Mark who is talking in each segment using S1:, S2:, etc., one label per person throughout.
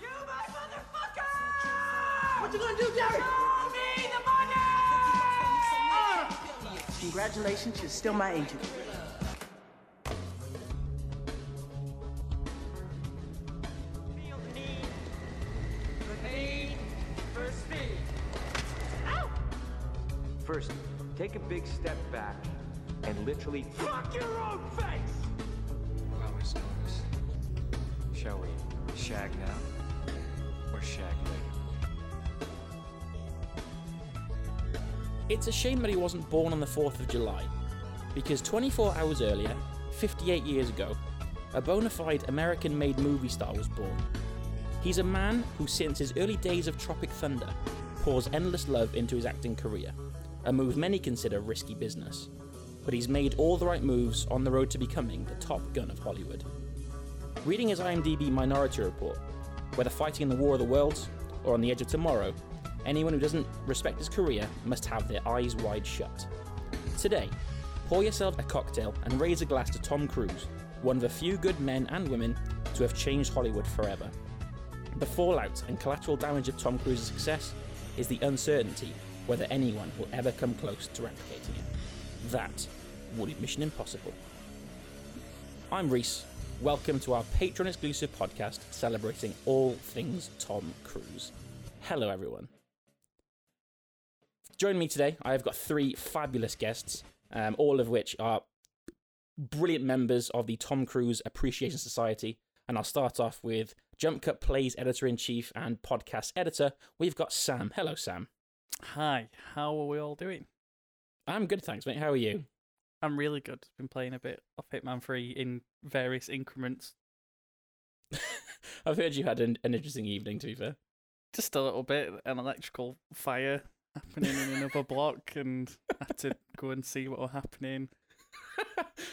S1: You my motherfucker!
S2: What you gonna do, Derek?
S1: Show me the money!
S2: Congratulations, you're still my agent.
S1: Feel the need for pain, for speed. Ow!
S3: First, take a big step back and literally
S1: Fuck your own face!
S4: Well, Miss Norris, shall we shag now or shag later?
S5: It's a shame that he wasn't born on the 4th of July, because 24 hours earlier, 58 years ago, a bona fide American made movie star was born. He's a man who, since his early days of Tropic Thunder, pours endless love into his acting career, a move many consider risky business. But he's made all the right moves on the road to becoming the top gun of Hollywood. Reading his IMDb Minority Report, whether fighting in the War of the Worlds or on the edge of tomorrow, anyone who doesn't respect his career must have their eyes wide shut. Today, pour yourself a cocktail and raise a glass to Tom Cruise, one of the few good men and women to have changed Hollywood forever. The fallout and collateral damage of Tom Cruise's success is the uncertainty whether anyone will ever come close to replicating it. That would be Mission Impossible. I'm Reese. Welcome to our Patreon exclusive podcast celebrating all things Tom Cruise. Hello, everyone. Join me today. I have got three fabulous guests, um, all of which are brilliant members of the Tom Cruise Appreciation Society. And I'll start off with Jump Cut Plays editor in chief and podcast editor. We've got Sam. Hello, Sam.
S6: Hi, how are we all doing?
S5: I'm good, thanks, mate. How are you?
S6: I'm really good. Been playing a bit of Hitman 3 in various increments.
S5: I've heard you had an, an interesting evening, to be fair.
S6: Just a little bit, an electrical fire happening in another block, and had to go and see what was happening.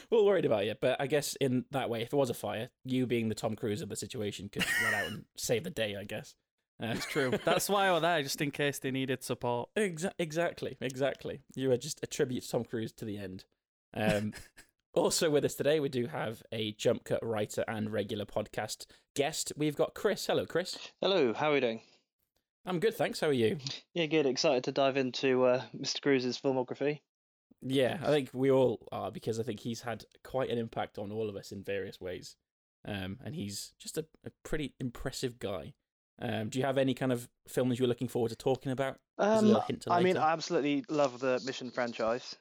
S5: Well, worried about you, but I guess in that way, if it was a fire, you being the Tom Cruise of the situation could run out and save the day, I guess. Uh,
S6: It's true. That's why we're there, just in case they needed support.
S5: Exa- exactly, exactly. You are just a tribute to Tom Cruise to the end. Um, also with us today, we do have a jump cut writer and regular podcast guest. We've got Chris. Hello, Chris.
S7: Hello, how are we doing?
S5: I'm good, thanks. How are you?
S7: Yeah, good. Excited to dive into uh, Mr. Cruise's filmography.
S5: Yeah, I think we all are because I think he's had quite an impact on all of us in various ways. Um, and he's just a, a pretty impressive guy. Um, do you have any kind of films you're looking forward to talking about? There's a
S7: Um,
S5: little hint to
S7: I mean,
S5: later.
S7: I absolutely love the Mission franchise,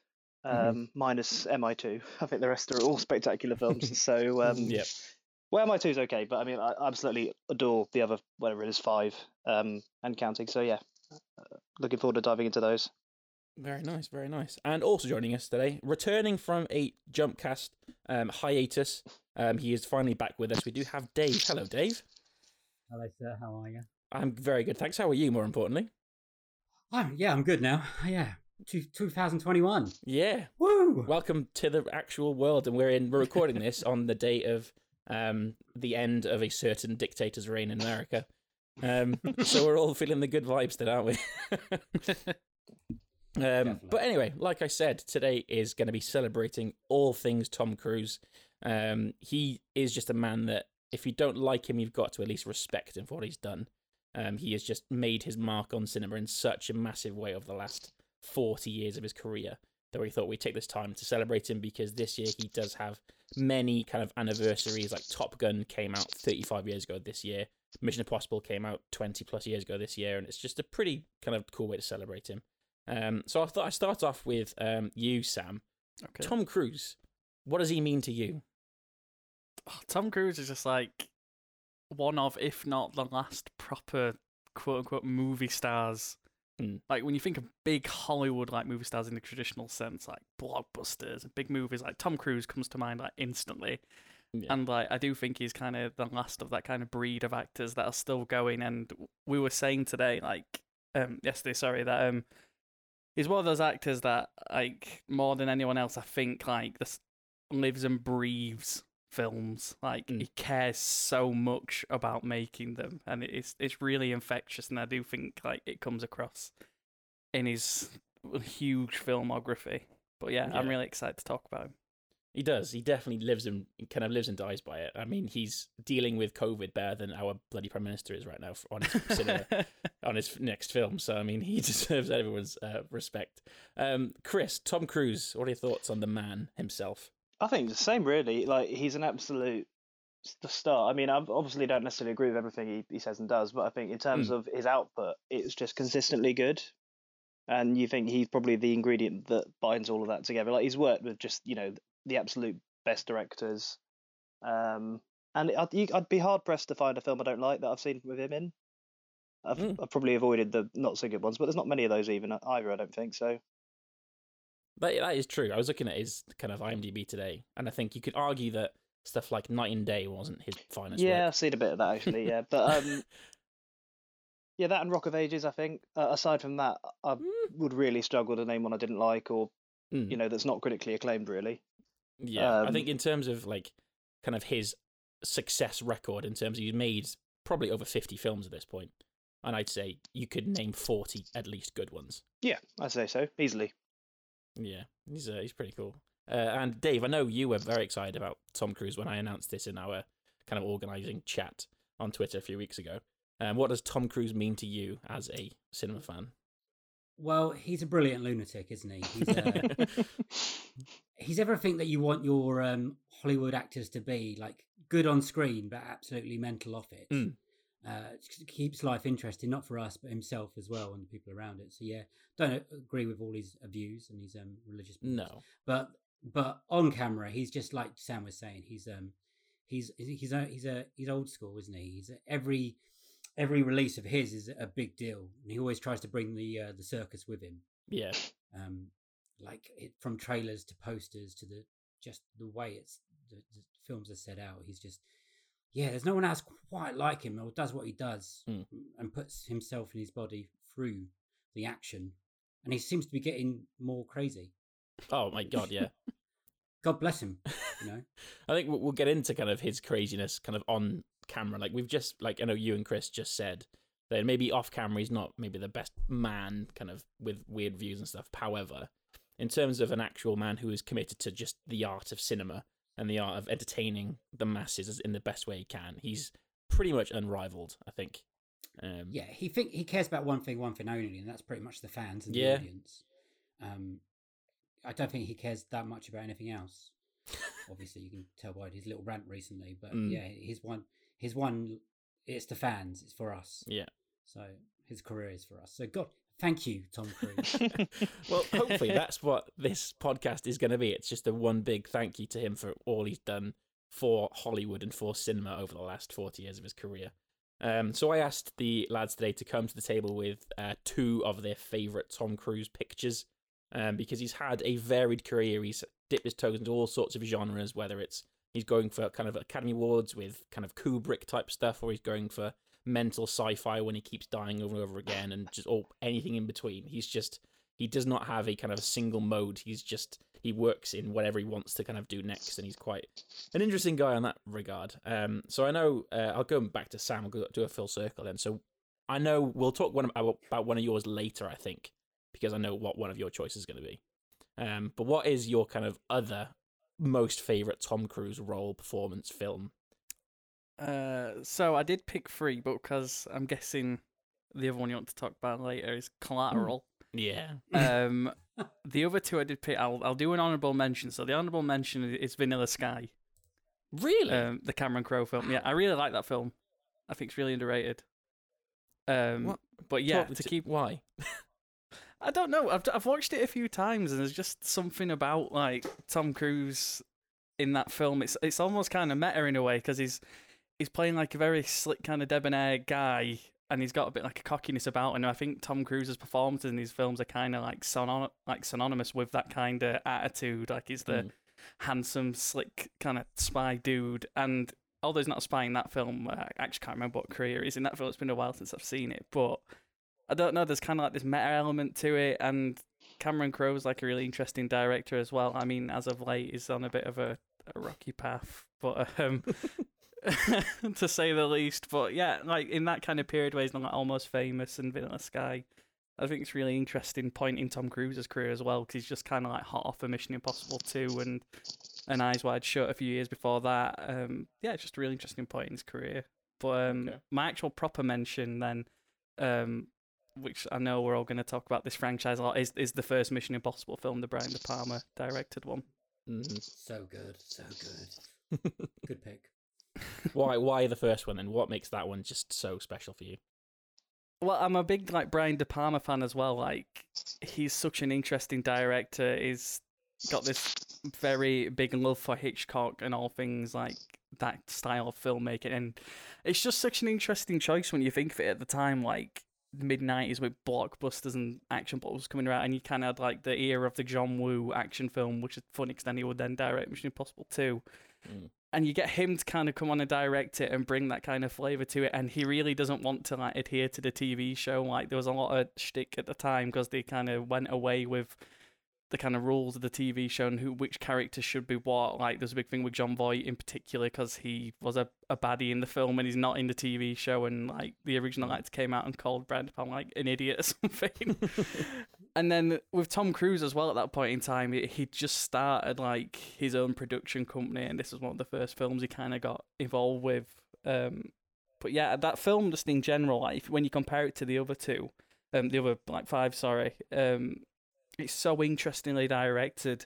S7: um,
S5: Mhm.
S7: minus MI2. I think the rest are all spectacular films. so, um,
S5: Yep.
S7: well, MI2 is okay, but I mean, I absolutely adore the other, whatever it is, five um, and counting. So, yeah, uh, looking forward to diving into those.
S5: Very nice, very nice. And also joining us today, returning from a jump cast um, hiatus, um, he is finally back with us. We do have Dave. Hello, Dave.
S8: Hello, sir. How are you?
S5: I'm very good, thanks. How are you? More importantly,
S8: I'm, yeah, I'm good now. Yeah, Two, 2021.
S5: yeah.
S8: Woo!
S5: Welcome to the actual world, and we're in. We're recording this on the day of um, the end of a certain dictator's reign in America. Um, so we're all feeling the good vibes today, aren't we? um,
S8: Definitely.
S5: but anyway, like I said, today is going to be celebrating all things Tom Cruise. Um, he is just a man that, if you don't like him, you've got to at least respect him for what he's done. Um, he has just made his mark on cinema in such a massive way over the last 40 years of his career that we thought we'd take this time to celebrate him because this year he does have many kind of anniversaries. Like Top Gun came out 35 years ago this year, Mission Impossible came out 20 plus years ago this year, and it's just a pretty kind of cool way to celebrate him. Um, so I thought I'd start off with um, you, Sam.
S6: Okay.
S5: Tom Cruise, what does he mean to you?
S6: Oh, Tom Cruise is just like one of, if not the last proper quote unquote movie stars.
S5: Mm.
S6: Like when you think of big Hollywood like movie stars in the traditional sense, like blockbusters and big movies, like Tom Cruise comes to mind like instantly.
S5: Yeah.
S6: And like I do think he's kind of the last of that kind of breed of actors that are still going. And we were saying today, like um yesterday, sorry, that um he's one of those actors that like more than anyone else, I think like this lives and breathes films. Like
S5: Mm.
S6: he cares so much about making them, and it's it's really infectious. And I do think like it comes across in his huge filmography. But yeah, I'm
S5: Yeah.
S6: really excited to talk about him.
S5: He does. He definitely lives and kind of lives and dies by it. I mean, he's dealing with COVID better than our bloody prime minister is right now f- on his cinema, on his f- next film. So I mean, he deserves everyone's uh, respect. Um, Chris, Tom Cruise. What are your thoughts on the man himself?
S7: I think the same, really. Like he's an absolute s- the star. I mean, I obviously don't necessarily agree with everything he, he says and does, but I think in terms of his output, it's just consistently good. And you think he's probably the ingredient that binds all of that together. Like he's worked with just you know the absolute best directors, um, and I'd, you, I'd be hard pressed to find a film I don't like that I've seen with him in. I've,
S5: Mm.
S7: I've probably avoided the not so good ones, but there's not many of those even uh, either. I don't think so.
S5: That, that is true. I was looking at his kind of IMDb today, and I think you could argue that stuff like Night and Day wasn't his finest.
S7: yeah,
S5: work.
S7: I've seen a bit of that actually. Yeah, but um, yeah, that and Rock of Ages. I think uh, aside from that, I would really struggle to name one I didn't like or
S5: Mm.
S7: you know that's not critically acclaimed really.
S5: Yeah, I
S7: Um,
S5: think in terms of like kind of his success record, in terms of he's made probably over fifty films at this point, and I'd say you could name forty at least good ones.
S7: Yeah, I'd say so easily.
S5: Yeah, he's uh, he's pretty cool. Uh, and Dave, I know you were very excited about Tom Cruise when I announced this in our kind of organizing chat on Twitter a few weeks ago. Um, what does Tom Cruise mean to you as a cinema fan?
S8: Well, he's a brilliant lunatic, isn't he? He's, uh, he's everything that you want your um, Hollywood actors to be, like good on screen, but absolutely mental off it.
S5: Mm.
S8: Uh, it just keeps life interesting, not for us, but himself as well and the people around it. So yeah, don't a- agree with all his uh, views and his um, religious beliefs.
S5: No.
S8: but but on camera, he's just like Sam was saying. He's um he's he's a, he's a he's old school, isn't he? He's uh, every every release of his is a big deal, and he always tries to bring the uh, the circus with him
S5: Yeah.
S8: um, like it, from trailers to posters to the just the way it's the, the films are set out. He's just yeah, there's no one else quite like him or does what he does
S5: Mm.
S8: and puts himself and his body through the action, and he seems to be getting more crazy.
S5: Oh my god. Yeah.
S8: God bless him, you know.
S5: I think we'll we'll get into kind of his craziness kind of on camera. Like we've just like I know you and Chris just said that maybe off camera he's not maybe the best man kind of with weird views and stuff. However, in terms of an actual man who is committed to just the art of cinema and the art of entertaining the masses as- in the best way he can, he's pretty much unrivaled, I think. Um,
S8: Yeah, he think he cares about one thing, one thing only, and that's pretty much the fans and
S5: Yeah.
S8: the audience. Um, I don't think he cares that much about anything else. Obviously, you can tell by his little rant recently, but
S5: Mm.
S8: yeah, his one, his one, it's the fans, it's for us.
S5: Yeah.
S8: So his career is for us. So God, thank you, Tom Cruise.
S5: well, hopefully that's what this podcast is going to be. It's just a one big thank you to him for all he's done for Hollywood and for cinema over the last 40 years of his career. Um, so I asked the lads today to come to the table with uh, two of their favourite Tom Cruise pictures um, because he's had a varied career. He's dipped his toes into all sorts of genres, whether it's he's going for kind of Academy Awards with kind of Kubrick type stuff, or he's going for mental sci-fi when he keeps dying over and over again, and just all anything in between. He's just he does not have a kind of single mode. He's just he works in whatever he wants to kind of do next, and he's quite an interesting guy on that regard. Um, so I know uh, I'll go back to Sam. I'll go, do a full circle then. So I know we'll talk one of, about one of yours later. I think because I know what one of your choices is going to be. Um, but what is your kind of other most favorite Tom Cruise role performance film?
S6: Uh, so I did pick three, but because I'm guessing the other one you want to talk about later
S5: Hmm.
S6: is Collateral.
S5: Yeah.
S6: um, the other two I did pick, I'll, I'll do an honourable mention. So the honourable mention i- is Vanilla Sky,
S5: Really?
S6: um, the Cameron Crowe film. Yeah, I really like that film. I think it's really underrated. Um,
S5: What?
S6: but yeah,
S5: Talk
S6: to
S5: to-
S6: keep
S5: why?
S6: I don't know. I've I've watched it a few times, and there's just something about like Tom Cruise in that film. It's it's almost kind of meta in a way because he's he's playing like a very slick kind of debonair guy, and he's got a bit like a cockiness about. him. And I think Tom Cruise's performances in these films are kind of like sonon- like synonymous with that kind of attitude. Like he's the
S5: Mm.
S6: handsome, slick kind of spy dude, and although he's not a spy in that film, I actually can't remember what career is in that film. It's been a while since I've seen it, but I don't know. There's kind of like this meta element to it, and Cameron Crowe is like a really interesting director as well. I mean, as of late, he's on a bit of a, a rocky path, but um, to say the least. But yeah, like in that kind of period where he's not like, almost famous and Vanilla Sky. I think it's really interesting point in Tom Cruise's career as well because he's just kind of like hot off of Mission Impossible 2 and and Eyes Wide Shut a few years before that. Um, yeah, just a really interesting point in his career. But um,
S5: Okay.
S6: my actual proper mention then, um, which I know we're all going to talk about this franchise a lot, is is the first Mission Impossible film, the Brian De Palma directed one.
S8: So good, so good. Good pick.
S5: why? Why the first one? And what makes that one just so special for you?
S6: Well, I'm a big like Brian De Palma fan as well. Like he's such an interesting director. He's got this very big love for Hitchcock and all things like that style of filmmaking, and it's just such an interesting choice when you think of it at the time. Like mid '90s with blockbusters and action films coming out, and you kind of had like the era of the John Woo action film, which is funny because then he would then direct Mission Impossible 2 and you get him to kind of come on and direct it and bring that kind of flavor to it. And he really doesn't want to like adhere to the TV show. Like there was a lot of shtick at the time because they kind of went away with the kind of rules of the TV show and who which characters should be what. Like there's a big thing with John Voight in particular because he was a, a baddie in the film and he's not in the TV show. And like the original actor came out and called Brad Pitt like an idiot or something. and then with Tom Cruise as well at that point in time, he- he'd just started like his own production company, and this was one of the first films he kind of got involved with. Um, but yeah, that film just in general, like if- when you compare it to the other two, um, the other like five, sorry, um, it's so interestingly directed.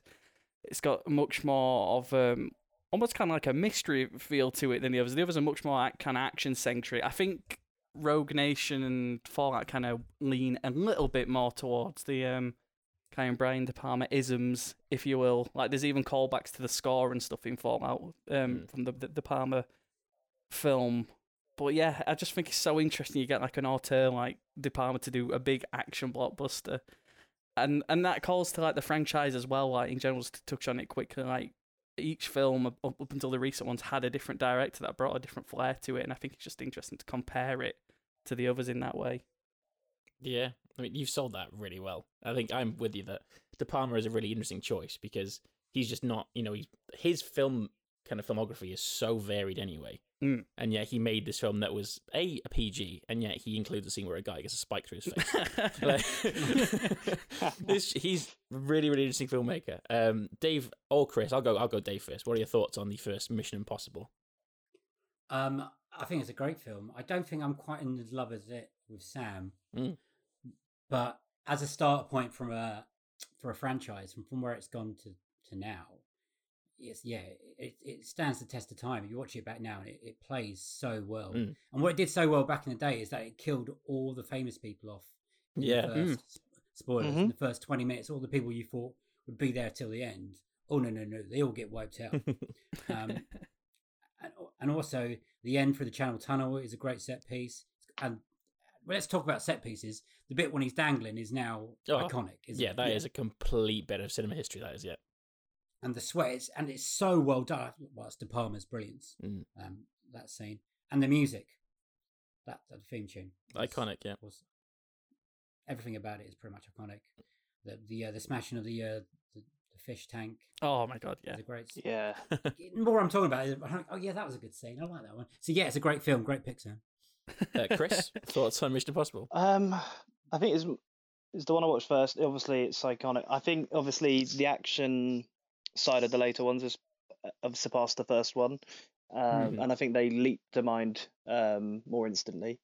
S6: It's got much more of um, almost kind of like a mystery feel to it than the others. The others are much more kind of action centric. I think Rogue Nation and Fallout kind of lean a little bit more towards the um, kind of Brian De Palma isms, if you will. Like there's even callbacks to the score and stuff in Fallout um, from the, the De Palma film. But yeah, I just think it's so interesting. You get like an auteur like De Palma to do a big action blockbuster, and and that calls to like the franchise as well. Like in general, just to touch on it quickly, like each film up up until the recent ones had a different director that brought a different flair to it, and I think it's just interesting to compare it to the others in that way.
S5: Yeah, I mean, you've sold that really well. I think I'm with you that De Palma is a really interesting choice because he's just not, you know, he's, his film kind of filmography is so varied anyway.
S6: Mm.
S5: And yet he made this film that was a, a PG, and yet he includes a scene where a guy gets a spike through his face. Like, this, he's a really, really interesting filmmaker. Um, Dave or Chris, I'll go. I'll go. Dave first. What are your thoughts on the first Mission Impossible?
S8: Um, I think it's a great film. I don't think I'm quite in love as it with Sam,
S5: Mm.
S8: but as a start point from a for a franchise from from where it's gone to to now, it's yeah, it it stands the test of time. You watch it back now, and it, it plays so well.
S5: Mm.
S8: And what it did so well back in the day is that it killed all the famous people off. in the
S5: Yeah.
S8: first- Spoilers in the first twenty minutes, all the people you thought would be there till the end. Oh no, no, no! They all get wiped out. um, and, and also the end for the Channel Tunnel is a great set piece. And well, let's talk about set pieces. The bit when he's dangling is now
S5: Oh,
S8: iconic. Isn't
S5: yeah,
S8: it?
S5: that is a complete bit of cinema history. That is, yeah.
S8: And the sweat is, and it's so well done. Well, it's De Palma's brilliance.
S5: Mm.
S8: Um, that scene and the music, that, that theme tune, was-
S5: Iconic, yeah.
S8: was- everything about it is pretty much iconic. The the uh, the smashing of the uh, the, the fish tank
S6: Oh my god, yeah.
S8: is a great. s-
S7: Yeah.
S8: The more I'm talking about it, I'm like, oh yeah, that was a good scene. I like that one. So yeah, it's a great film, great pick, Sam.
S5: Uh, Chris, thoughts on Mission Impossible?
S7: Um, I think it's it's the one I watched first. Obviously, it's iconic. I think obviously the action side of the later ones has uh, have surpassed the first one, um, and I think they leap to mind um, more instantly.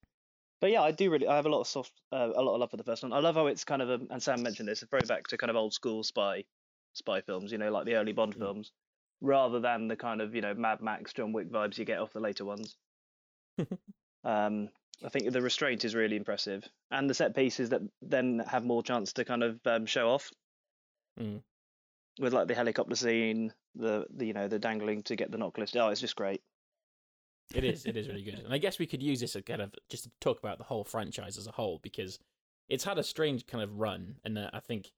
S7: But yeah, I do really. I have a lot of soft, uh, a lot of love for the first one. I love how it's kind of a, and Sam mentioned this, a throwback to kind of old school spy, spy films. You know, like the early Bond films, rather than the kind of you know Mad Max, John Wick vibes you get off the later ones. um, I think the restraint is really impressive, and the set pieces that then have more chance to kind of um, show off
S5: Mm.
S7: with like the helicopter scene, the, the you know the dangling to get the necklace. Oh, it's just great.
S5: It is. It is really good, and I guess we could use this as kind of just to talk about the whole franchise as a whole because it's had a strange kind of run, and uh, I think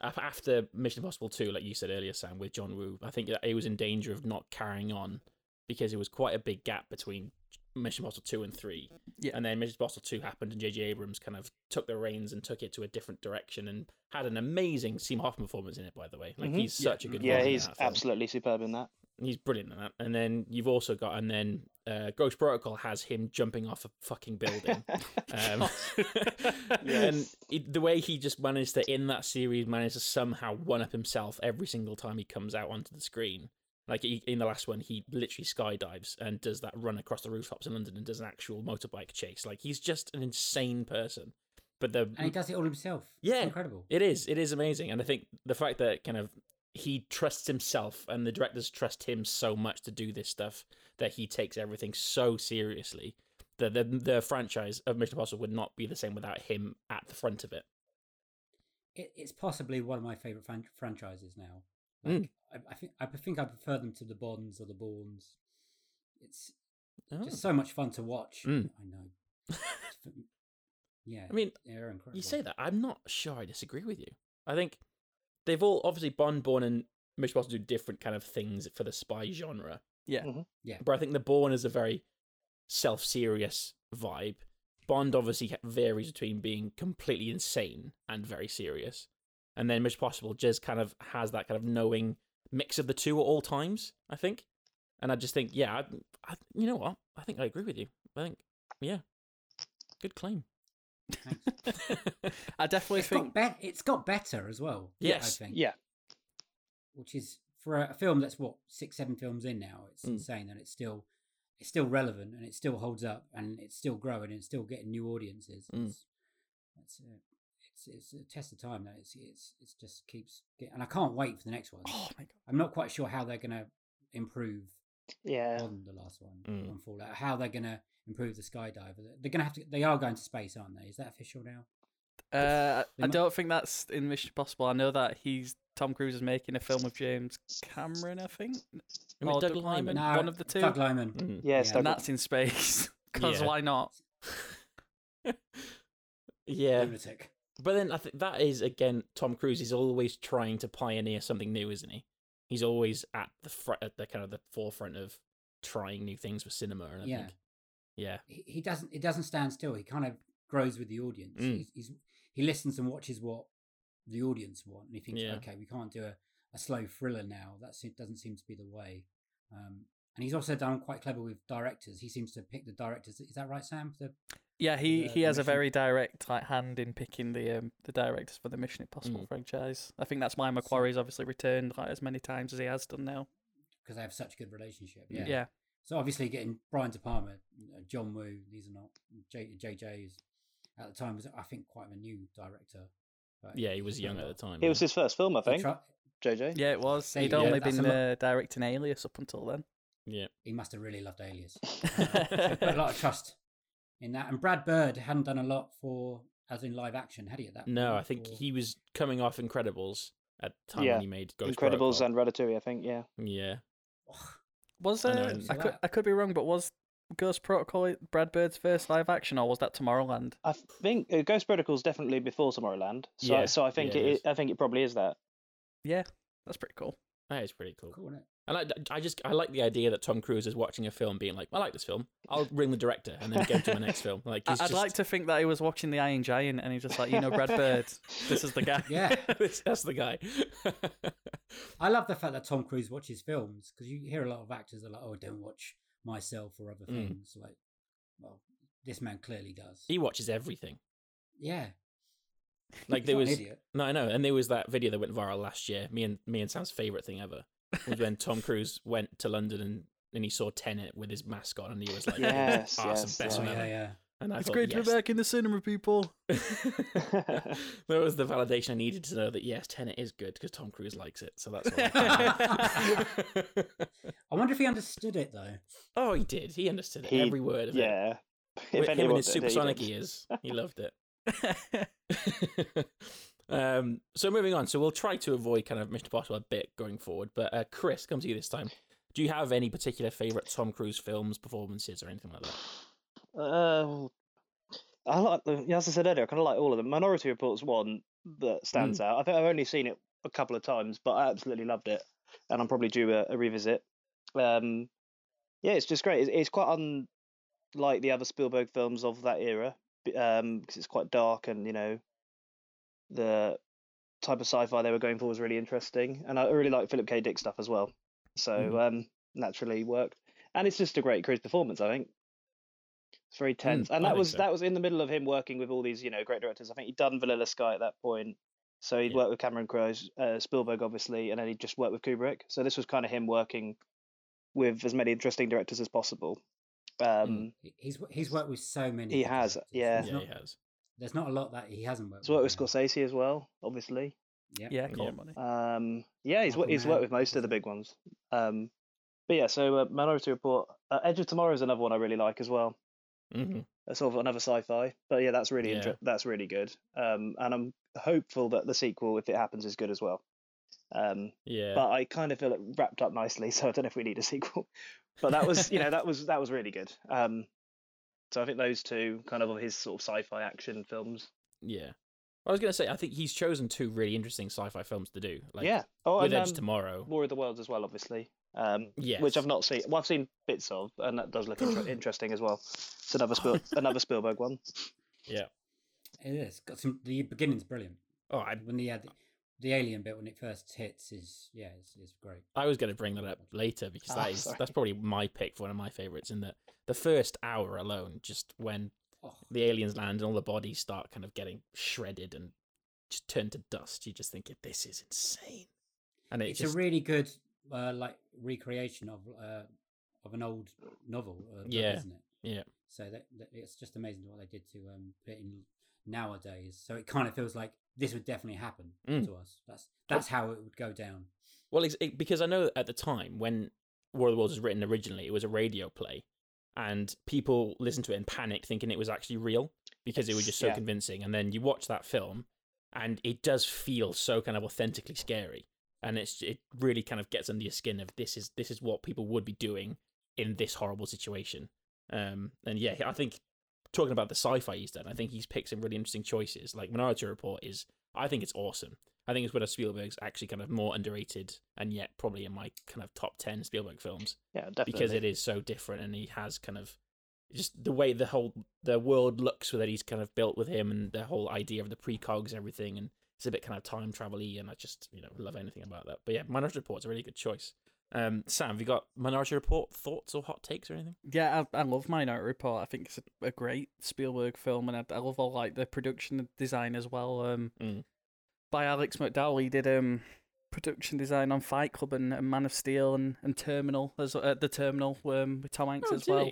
S5: af- after Mission Impossible Two, like you said earlier, Sam, with John Woo, I think that it was in danger of not carrying on because it was quite a big gap between Mission Impossible Two and Three,
S6: Yeah.
S5: and then Mission Impossible Two happened, and J.J. Abrams kind of took the reins and took it to a different direction, and had an amazing Seam Hoffman performance in it. By the way, like he's such a good
S7: Yeah,
S5: villain in
S7: he's
S5: that film
S7: absolutely superb in that.
S5: he's brilliant in that. And then you've also got, and then uh, Ghost Protocol has him jumping off a fucking building. um, And it, the way he just managed to in that series managed to somehow one up himself every single time he comes out onto the screen Like he, in the last one, he literally skydives and does that run across the rooftops in London and does an actual motorbike chase. Like he's just an insane person. But the
S8: and he does it all himself. It's
S5: Mm. Yeah.
S8: incredible.
S5: it is. It is amazing. And I think the fact that kind of he trusts himself and the directors trust him so much to do this stuff that he takes everything so seriously that the, the franchise of Mission Impossible would not be the same without him at the front of it.
S8: it, it's possibly one of my favorite fran- franchises now.
S5: Mm.
S8: Like, I, I think I think I prefer them to the Bonds or the Bournes. It's just so much fun to watch.
S5: Oh. Mm.
S8: I know. It's f- yeah,
S5: I mean,
S8: they're incredible.
S5: You say that. I'm not sure I disagree with you. I think they've all obviously Bond, Bourne, and Mission Impossible do different kind of things for the spy genre.
S6: Yeah.
S7: Mhm.
S8: Yeah.
S5: But I think the Bourne is a very self-serious vibe. Bond obviously varies between being completely insane and very serious, and then Mission Impossible just kind of has that kind of knowing mix of the two at all times. I think, and I just think, yeah, I, I, you know what? I think I agree with you. I think, yeah, good claim.
S8: Thanks.
S6: I definitely
S8: It's
S6: think
S8: got, be- it's got better as well.
S5: Yes.
S8: I think.
S7: Yeah,
S8: Which is for a, a film that's what six, seven films in now. It's
S5: Mm.
S8: insane, and it's still it's still relevant, and it still holds up, and it's still growing, and it's still getting new audiences.
S5: Mm.
S8: It's, it's, a, it's it's a test of time. That it's it's it's just keeps getting, and I can't wait for the next one.
S6: Oh my god.
S8: I'm not quite sure how they're going to improve
S7: yeah.
S8: on the last one
S5: Mm.
S8: on Fallout. How they're going to improve the skydiver? They're going to have to. They are going to space, aren't they? Is that official now?
S6: Uh,
S8: They
S6: I
S8: might-
S6: don't think that's in Mission Possible. I know that he's Tom Cruise is making a film with James Cameron, I think,
S5: I mean,
S6: Or
S5: Doug
S6: Doug
S5: Lyman.
S6: Lyman.
S8: No,
S6: one of the two?
S8: Doug Lyman.
S5: Mm.
S7: Yeah,
S8: Yeah.
S7: Stuck
S6: and that's in space. Because
S5: Yeah.
S6: why not?
S5: Yeah,
S8: Lunatic.
S5: but then I think that is again Tom Cruise is always trying to pioneer something new, isn't he? He's always at the fr- at the kind of the forefront of trying new things for cinema, and I
S8: Yeah.
S5: think, yeah,
S8: he he doesn't it doesn't stand still. He kind of grows with the audience.
S5: Mm.
S8: He's, he's he listens and watches what the audience want, and he thinks,
S5: Yeah.
S8: okay, we can't do a, a slow thriller now. That se- doesn't seem to be the way. Um, and he's also done quite clever with directors. He seems to pick the directors. Is that right, Sam? The,
S6: Yeah, he,
S8: Yeah,
S6: he has a
S8: Mission-
S6: very direct like hand in picking the um, the directors for the Mission Impossible
S5: Mm.
S6: franchise. I think that's why Macquarie's obviously returned like as many times as he has done now.
S8: because they have such a good relationship.
S6: Yeah,
S5: Mm.
S8: Yeah. So obviously, getting Brian De Palma, uh, John Woo, these are not J, JJ is at the time was I think quite a new director. But
S5: yeah, he was young at the time.
S7: It was
S5: yeah.
S7: his first film, I
S8: he
S7: think.
S8: tri-
S7: JJ.
S6: yeah, it was.
S8: There you
S6: He'd
S8: go.
S6: only
S8: That's
S6: been
S8: a lot.
S6: uh, directing Alias up until then.
S5: yeah.
S8: he must have really loved Alias. So put a lot of trust in that. And Brad Bird hadn't done a lot for, as in live action, had he at that?
S5: No,
S8: point,
S5: I think
S8: or-
S5: he was coming off Incredibles at the time
S7: Yeah.
S5: when he made Ghost
S7: Incredibles
S5: Protocol.
S7: and Ratatouille, I think. Yeah.
S5: yeah,
S6: Was
S5: I know,
S6: uh,
S5: and-
S6: I, could I could be wrong, but was Ghost Protocol Brad Bird's first live action, or was that Tomorrowland?
S7: I think uh, Ghost Protocol's definitely before Tomorrowland. So,
S5: Yeah,
S7: so I think
S5: yeah, it
S7: it,
S5: is.
S7: I think it probably is that.
S6: Yeah, that's pretty cool.
S5: that is pretty cool.
S8: Cool, innit?
S5: And I, I just I like the idea that Tom Cruise is watching a film, being like, I like this film. I'll ring the director and then go to my next film. Like,
S6: I- I'd
S5: he's just,
S6: like to think that he was watching the Iron Giant and he's just like, you know, Brad Bird, this is the guy.
S8: Yeah.
S5: That's- that's the guy.
S8: I love the fact that Tom Cruise watches films because you hear a lot of actors are like, oh, I don't watch myself or other
S5: Mm.
S8: things. Like, well, this man clearly does.
S5: he watches everything.
S8: yeah.
S5: Like
S8: He's
S5: there
S8: not an
S5: was
S8: idiot.
S5: no, I know, and there was that video that went viral last year. Me and me and Sam's favorite thing ever was when Tom Cruise went to London and, and he saw Tenet with his mask on, and he was like,
S7: Yes,
S5: awesome,
S7: yes,
S5: best
S8: Oh,
S5: one
S8: yeah,
S5: ever."
S8: yeah.
S5: And I
S6: It's
S5: thought,
S6: great to
S5: yes.
S6: be back in the cinema, people.
S5: that was the validation I needed to know that yes, Tenet is good because Tom Cruise likes it. So that's all.
S8: I wonder if he understood it though.
S5: oh, he did. He understood
S7: He-
S5: every word of it.
S7: yeah.
S5: With him in his
S7: did, he did.
S5: supersonic ears, he loved it. um, so moving on, so we'll try to avoid kind of Mr. Impossible a bit going forward. But uh, Chris, come to you this time. Do you have any particular favorite Tom Cruise films, performances, or anything like that?
S7: Uh, I like the, yeah, as I said earlier, I kind of like all of them. Minority Report's one that stands out. I think I've only seen it a couple of times, but I absolutely loved it, and I'm probably due a, a revisit. Um, yeah, it's just great. It's, it's quite unlike the other Spielberg films of that era, because it's quite dark and you know the type of sci-fi they were going for was really interesting, and I really like Philip K. Dick stuff as well. So
S5: Mhm.
S7: um, naturally worked, and it's just a great Cruise performance. I think it's very tense,
S5: Mm, I
S7: and that
S5: think
S7: was
S5: so.
S7: that was in the middle of him working with all these you know great directors. I think he'd done Vanilla Sky at that point. So he'd
S5: Yeah.
S7: worked with Cameron Crowe, uh, Spielberg, obviously, and then he'd just worked with Kubrick. So this was kind of him working with as many interesting directors as possible.
S5: Mm.
S7: Um,
S8: He- he's he's worked with so many.
S7: He has,
S8: directors.
S7: yeah.
S8: There's,
S5: yeah,
S8: not,
S5: he has.
S8: there's not a lot that he hasn't worked.
S7: he's worked with Scorsese as well, obviously.
S6: Yeah, cool
S5: Yeah.
S6: money.
S7: Um, yeah,
S5: Oh,
S7: he's wo- he's
S8: Aquaman.
S7: worked with most of the big ones. Um, but yeah, so uh, Minority Report, uh, Edge of Tomorrow is another one I really like as well.
S5: Mhm.
S7: a sort of another sci-fi. But yeah, that's really
S5: Yeah.
S7: inter- that's really good. Um, and I'm hopeful that the sequel, if it happens, is good as well. Um,
S5: Yeah.
S7: But I kind of feel it wrapped up nicely, so I don't know if we need a sequel. But that was, you know, that was that was really good. Um, so I think those two kind of are his sort of sci-fi action films.
S5: yeah. I was gonna say, I think he's chosen two really interesting sci-fi films to do. Like,
S7: yeah. Oh,
S5: with
S7: and
S5: Edge
S7: um,
S5: Tomorrow.
S7: War of the Worlds as well, obviously. Um,
S5: Yes.
S7: Which I've not seen. Well, I've seen bits of, and that does look inter- interesting as well. It's another Spiel- another Spielberg one.
S5: Yeah.
S8: It is got some. The beginning's brilliant.
S5: Oh, I,
S8: When the, uh, the the alien bit when it first hits is yeah, it's, it's great.
S5: I was going to bring that up later because
S7: Ah,
S5: that is
S7: sorry.
S5: that's probably my pick for one of my favorites. In that the first hour alone, just when
S8: Oh,
S5: the aliens land and all the bodies start kind of getting shredded and just turned to dust, you just think, this is insane. And it
S8: it's
S5: just
S8: a really good uh, like recreation of uh, of an old novel. Uh, book,
S5: Yeah.
S8: isn't it?
S5: Yeah.
S8: So that, that it's just amazing what they did to um put in nowadays. So it kind of feels like this would definitely happen
S5: Mm.
S8: to us. That's that's how it would go down.
S5: Well, it's, it, because I know at the time when War of the Worlds was written originally, it was a radio play, and people listened to it and panicked, thinking it was actually real because it was just so
S7: Yeah.
S5: convincing. And then you watch that film, and it does feel so kind of authentically scary, and it's it really kind of gets under your skin of this is this is what people would be doing in this horrible situation. Um, and yeah, I think talking about the sci-fi he's done, I think he's picked some really interesting choices. Like Minority Report is, I think it's awesome. I think it's one of Spielberg's actually kind of more underrated and yet probably in my kind of top ten Spielberg films
S7: Yeah, definitely.
S5: because it is so different and he has kind of just the way the whole the world looks that he's kind of built with him and the whole idea of the precogs and everything and it's a bit kind of time travel-y and I just you know love anything about that. But yeah, Minority Report's a really good choice. Um, Sam, have you got Minority Report thoughts or hot takes or anything?
S6: Yeah, I, I love Minority Report. I think it's a, a great Spielberg film, and I, I love all like the production and design as well. Um,
S5: Mm.
S6: by Alex McDowell, he did um production design on Fight Club and, and Man of Steel and, and Terminal. There's uh, the Terminal um, with Tom Hanks
S5: Oh,
S6: as well.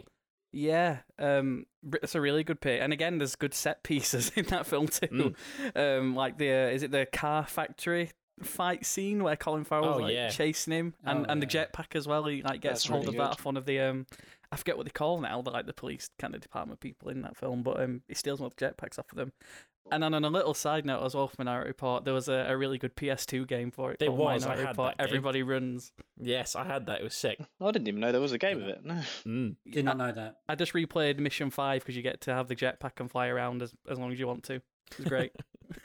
S6: Yeah, um, r- it's a really good pick, and again, there's good set pieces in that film too.
S5: Mm.
S6: Um, like the uh, is it the car factory fight scene where Colin Farrell's
S5: Oh,
S6: like
S5: yeah.
S6: chasing him, and,
S8: Oh,
S6: and the
S8: yeah.
S6: jetpack as well. He like gets
S7: That's
S6: hold
S7: really
S6: of that
S7: good.
S6: off one of the um, I forget what they call now, the like the police kind of department people in that film, but um, he steals one of the jetpacks off of them. And then on a little side note as well, from Minority Report, there was a, a really good PS2 game for it.
S5: There
S6: called
S5: was, I
S6: Minority
S5: had
S6: Report.
S5: that game.
S6: Everybody runs.
S5: Yes, I had that. It was sick.
S7: I didn't even know there was a game of it. No.
S5: Mm.
S8: Did not know that.
S6: I just replayed Mission Five because you get to have the jetpack and fly around as, as long as you want to. It's great.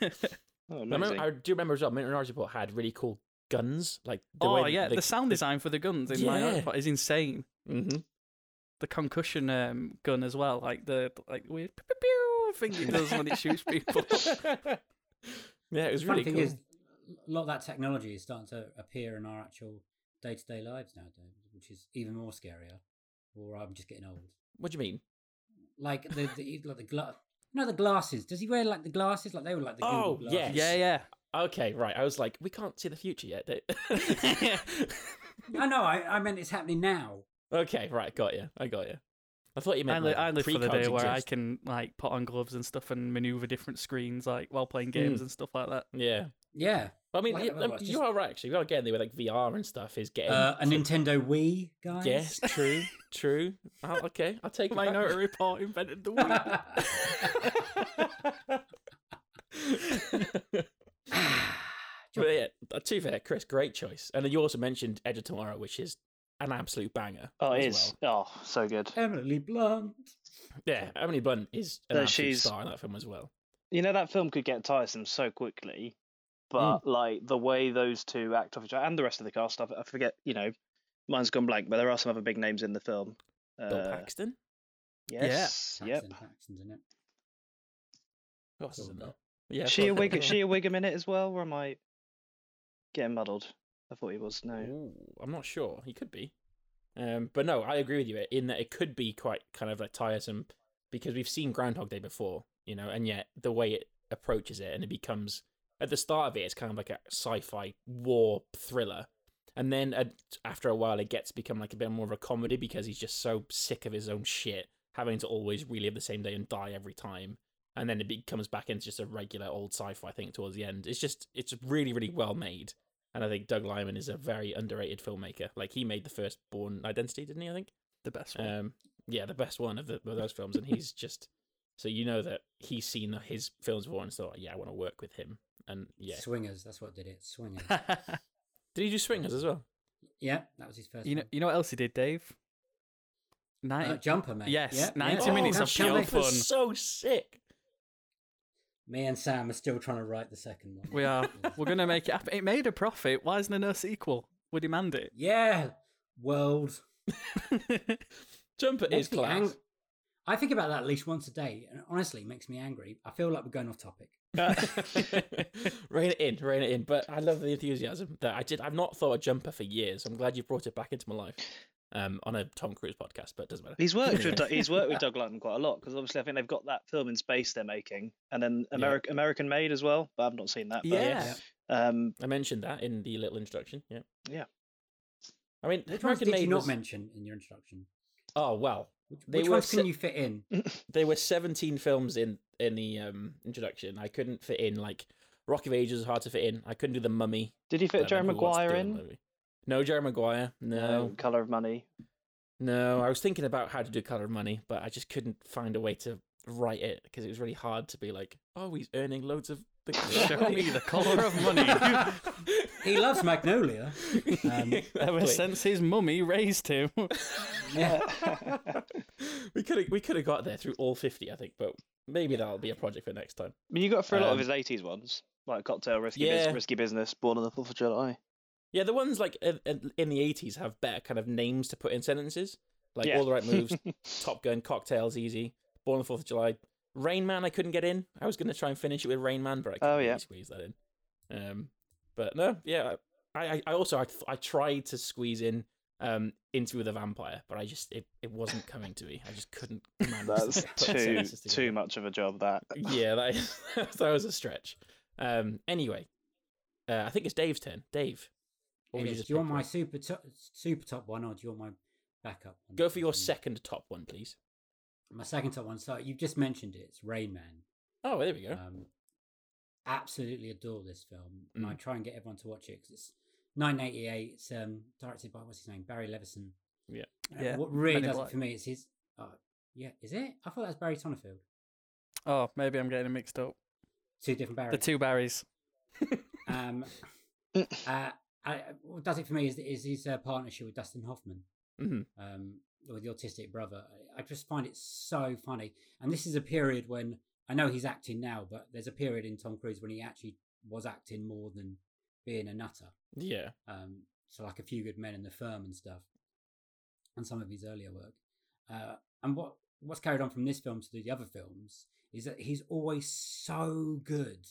S7: Oh,
S5: I, remember,
S7: amazing.
S5: I do remember as well. Minority Report had really cool guns, like the
S6: oh
S5: way
S6: yeah,
S5: they-
S6: the, sound design for the guns in my
S5: Yeah.
S6: Report is insane.
S5: Mhm.
S6: The concussion um, gun as well, like the like weird pew, pew, pew thing it does when it shoots people.
S5: yeah, it was
S8: Funny
S5: really
S8: thing
S5: cool.
S8: is, a lot of that technology is starting to appear in our actual day to day lives nowadays, which is even more scarier. Or I'm just getting old.
S5: What do you mean?
S8: Like the, the like the gla- no the glasses. Does he wear like the glasses? Like they were like the Google
S5: Oh, yes.
S8: glasses.
S6: yeah, yeah.
S5: Okay, right. I was like, we can't see the future yet. They-
S8: No, no, I, I meant it's happening now.
S5: okay, right. Got you. I got you. I thought you
S6: I,
S5: meant.
S6: li-
S5: like,
S6: I live for the
S5: precogs
S6: day where I
S5: exist.
S6: can like put on gloves and stuff and maneuver different screens like while playing games and stuff like that.
S5: Yeah.
S8: Yeah,
S5: I mean,
S8: Like,
S5: it- um,
S8: otherwise
S5: you
S8: just-
S5: are right. Actually, we are getting there with like VR and stuff is getting.
S8: uh, a Nintendo Wii, guys.
S5: Um, yes, true, true. Oh, okay, I'll take it back.
S6: Minority Report invented the wheel.
S5: But yeah, uh, to be fair, Chris, great choice. And then you also mentioned Edge of Tomorrow, which is an absolute banger.
S7: Oh, it
S5: as
S7: is. Oh, so good.
S8: Emily Blunt.
S5: well. Yeah, Emily Blunt is an
S7: No,
S5: absolute
S7: she's-
S5: star in that film as well.
S7: You know that film could get tiresome so quickly, but
S5: Mm.
S7: like the way those two act off each other and the rest of the cast, I, I forget. You know, mine's gone blank, but there are some other big names in the film.
S5: Bill
S7: Uh,
S5: Paxton.
S7: yes.
S8: Paxton,
S7: Yep.
S8: Paxton's in it.
S5: Who else is in
S8: Bill.
S5: there? Oh, Yeah,
S7: She a
S5: Bill-
S7: wig. She a Wiggum in it as well. Or am I getting muddled? I thought he was. No.
S5: Ooh, I'm not sure. He could be. Um, but no, I agree with you in that it could be quite kind of like tiresome because we've seen Groundhog Day before, you know, and yet the way it approaches it and it becomes at the start of it, it's kind of like a sci-fi war thriller, and then uh, after a while, it gets to become like a bit more of a comedy because he's just so sick of his own shit, having to always relive the same day and die every time. And then it be- comes back into just a regular old sci-fi thing towards the end. It's just it's just really really well made, and I think Doug Lyman is a very underrated filmmaker. Like he made the first Born Identity, didn't he? I think.
S6: The best one.
S5: Um, yeah, the best one of, the, of those films, and he's just so you know that he's seen his films before and thought, yeah, I want to work with him. And yeah,
S8: Swingers. That's what did it. Swingers.
S5: did he do Swingers as well?
S8: yeah, that was his first.
S6: you know,
S8: one.
S6: you know what else he did, Dave? Nine,
S8: Uh, jumper, mate.
S6: yes,
S8: Yeah,
S6: 90
S8: yeah.
S6: minutes
S8: Oh,
S6: of
S8: Jumper.
S6: pure
S5: Jump was
S6: fun.
S5: so sick.
S8: Me and Sam are still trying to write the second one.
S6: we are. We're gonna make it happen. It made a profit. Why isn't there no sequel? We demand it.
S8: Yeah, world.
S5: Jumper is
S8: Makes me
S5: class.
S8: ang- I think about that at least once a day, and it honestly makes me angry. I feel like we're going off topic.
S5: rein it in, rein it in. But I love the enthusiasm that I did. I've not thought of Jumper for years. I'm glad you brought it back into my life. Um, on a Tom Cruise podcast, but it doesn't matter.
S7: He's worked with Doug- he's worked with Doug Lyman quite a lot because obviously I think they've got that film in space they're making, and then American American Made as well. But I've not seen that. But,
S6: Yeah.
S7: Um,
S5: I mentioned that in the little introduction. Yeah.
S7: Yeah.
S5: I mean,
S8: Which ones
S5: American
S8: did you
S5: Made
S8: not
S5: was-
S8: mention in your introduction?
S5: Oh well,
S8: Which,
S5: They
S8: which
S5: were
S8: ones can
S5: se-
S8: you fit in?
S5: there were 17 films in in the um introduction. I couldn't fit in like Rock of Ages was hard to fit in. I couldn't do the Mummy.
S7: did he
S5: Don't
S7: fit
S5: know
S7: Jerry
S5: who wants to
S7: Maguire
S5: do the
S7: in? Oh,
S5: Mummy. No, Jerry Maguire. No,
S7: Color of Money.
S5: no. I was thinking about how to do Color of Money, but I just couldn't find a way to write it because it was really hard to be like, oh, he's earning loads of. The
S6: Show me the colour of money.
S8: He loves Magnolia. Um,
S6: Ever since his mummy raised him.
S8: yeah.
S5: we could have we could have got there through all 50, I think, but maybe that'll be a project for next time.
S7: I mean, you got through a lot
S5: Um,
S7: of his '80s ones, like Cocktail, Risky, Bus-
S5: Yeah.
S7: Risky Business, Born on the Fourth of July.
S5: Yeah, the ones like in, in- in the 80s have better kind of names to put in sentences, like
S7: Yeah.
S5: all the right moves, Top Gun, Cocktails, Easy, Born on the Fourth of July, Rain Man. I couldn't get in. I was gonna try and finish it with Rain Man, but I couldn't
S7: Oh,
S5: really
S7: yeah.
S5: squeeze that in. Um, but no, yeah, I, I, I also I, I tried to squeeze in um Interview with a Vampire, but I just it, it wasn't coming to me. I just couldn't. manage to
S7: That's
S5: put
S7: too
S5: sentences together
S7: too much of a job. That
S5: yeah, that, is, that was a stretch. Um, anyway, uh, I think it's Dave's turn. Dave, or
S8: It
S5: would you
S8: is.
S5: just
S8: Do you want
S5: pick
S8: my
S5: one?
S8: super top, super top one, or do you want my backup? One? Mm.
S5: Go for your second top one, please.
S8: My second top one. So you've just mentioned it. It's Rain Man.
S5: Oh, there we go.
S8: Um, absolutely adore this film, and I
S5: Mm.
S8: try and get everyone to watch it because it's 1988. It's um, directed by what's his name, Barry Levinson.
S5: Yeah.
S8: Uh,
S6: Yeah,
S8: What really
S6: Men in
S8: does it
S6: Black.
S8: for me is his. Oh, yeah, is it? I thought that was Barry Sonnenfeld.
S6: oh, maybe I'm getting it mixed up.
S8: Two different Barrys.
S6: The two Barrys.
S8: Um, uh, I, what does it for me is is his uh, partnership with Dustin Hoffman.
S5: Mhm.
S8: um, with the autistic brother. I I just find it so funny. And this is a period when I know he's acting now, but there's a period in Tom Cruise when he actually was acting more than being a nutter.
S5: Yeah,
S8: Um, so like a few good men in the firm and stuff, and some of his earlier work. Uh, and what what's carried on from this film to the other films is that he's always so good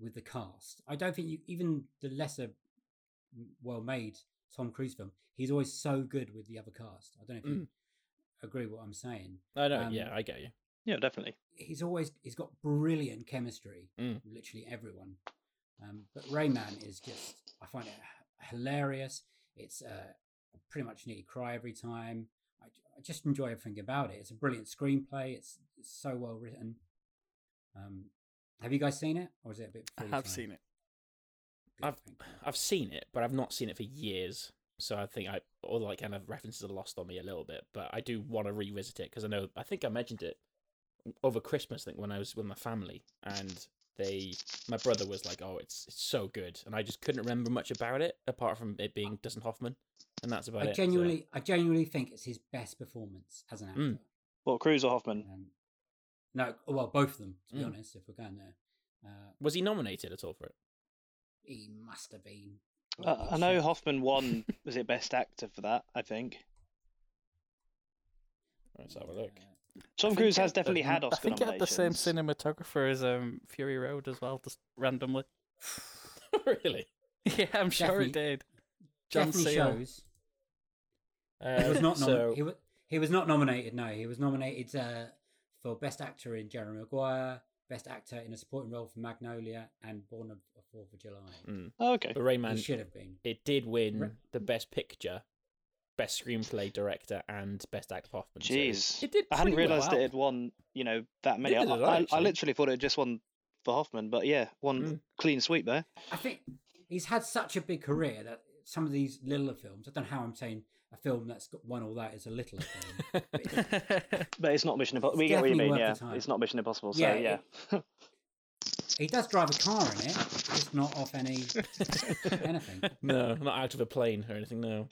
S8: with the cast. I don't think you even the lesser well made Tom Cruise film, he's always so good with the other cast. I don't know if you agree with what I'm saying.
S5: I know.
S8: Um,
S5: yeah, I get you.
S7: yeah, definitely.
S8: He's always he's got brilliant chemistry.
S5: Mm.
S8: with Literally everyone. Um, but Rayman is just I find it h- hilarious. It's uh, I pretty much nearly cry every time. I, j- I just enjoy everything about it. It's a brilliant screenplay. It's, it's so well written. Um, have you guys seen it, or is it a bit?
S6: I have seen it.
S5: I've I've seen it, but I've not seen it for years. So I think I all like kind of references are lost on me a little bit. But I do want to revisit it because I know I think I mentioned it over Christmas. I think when I was with my family and they, my brother was like, "Oh, it's it's so good," and I just couldn't remember much about it apart from it being Dustin Hoffman, and that's about
S8: I
S5: it. so-
S8: genuinely, I genuinely think it's his best performance as an actor.
S5: Mm.
S7: Well, Cruise or Hoffman?
S8: Um, no, well, both of them. To be
S5: Mm.
S8: honest, if we're going there, uh,
S5: was he nominated at all for it?
S8: he must have been.
S7: Uh, I know Hoffman won. was it Best Actor for that? I think
S5: Let's have a look.
S8: Uh,
S7: Tom
S6: think
S7: Cruise
S6: it
S7: has
S6: had the-
S7: definitely had
S6: I
S7: Oscar
S6: think it had the same
S7: nominations.
S6: cinematographer as um, Fury Road as well, just randomly.
S5: really?
S6: Yeah, I'm sure
S8: Definitely.
S6: it did. John
S8: John definitely
S6: Seal.
S8: shows
S5: Uh,
S8: he was not nomi-
S5: so
S8: he was he was not nominated. No, he was nominated uh, for best actor in Jerry Maguire, Best Actor in a Supporting Role for Magnolia and Born of of Fourth of July.
S5: Mm,
S7: Oh, okay.
S5: But Rayman,
S8: He should have been.
S5: it did win
S8: Re-
S5: the best picture, best screenplay director, and best act Hoffman. so
S7: Jeez,
S5: it did.
S7: I hadn't
S5: pretty well
S7: realised
S5: out.
S7: it had won. You know that many. I,
S5: Neither did I,
S7: I, I
S5: actually.
S7: literally thought it had just won for Hoffman, but yeah, one clean sweep there.
S8: I think he's had such a big career that some of these littler films. I don't know how I'm saying a film that's got won all that is a littler film. but it's-
S7: But it's not Mission Impossible. We get what you
S8: definitely
S7: mean.
S8: worth the
S7: Yeah,
S8: time.
S7: it's not Mission Impossible. So
S8: Yeah,
S7: yeah,
S8: it- he does drive a car in it, just not off any anything.
S5: No, not out of a plane or anything. No.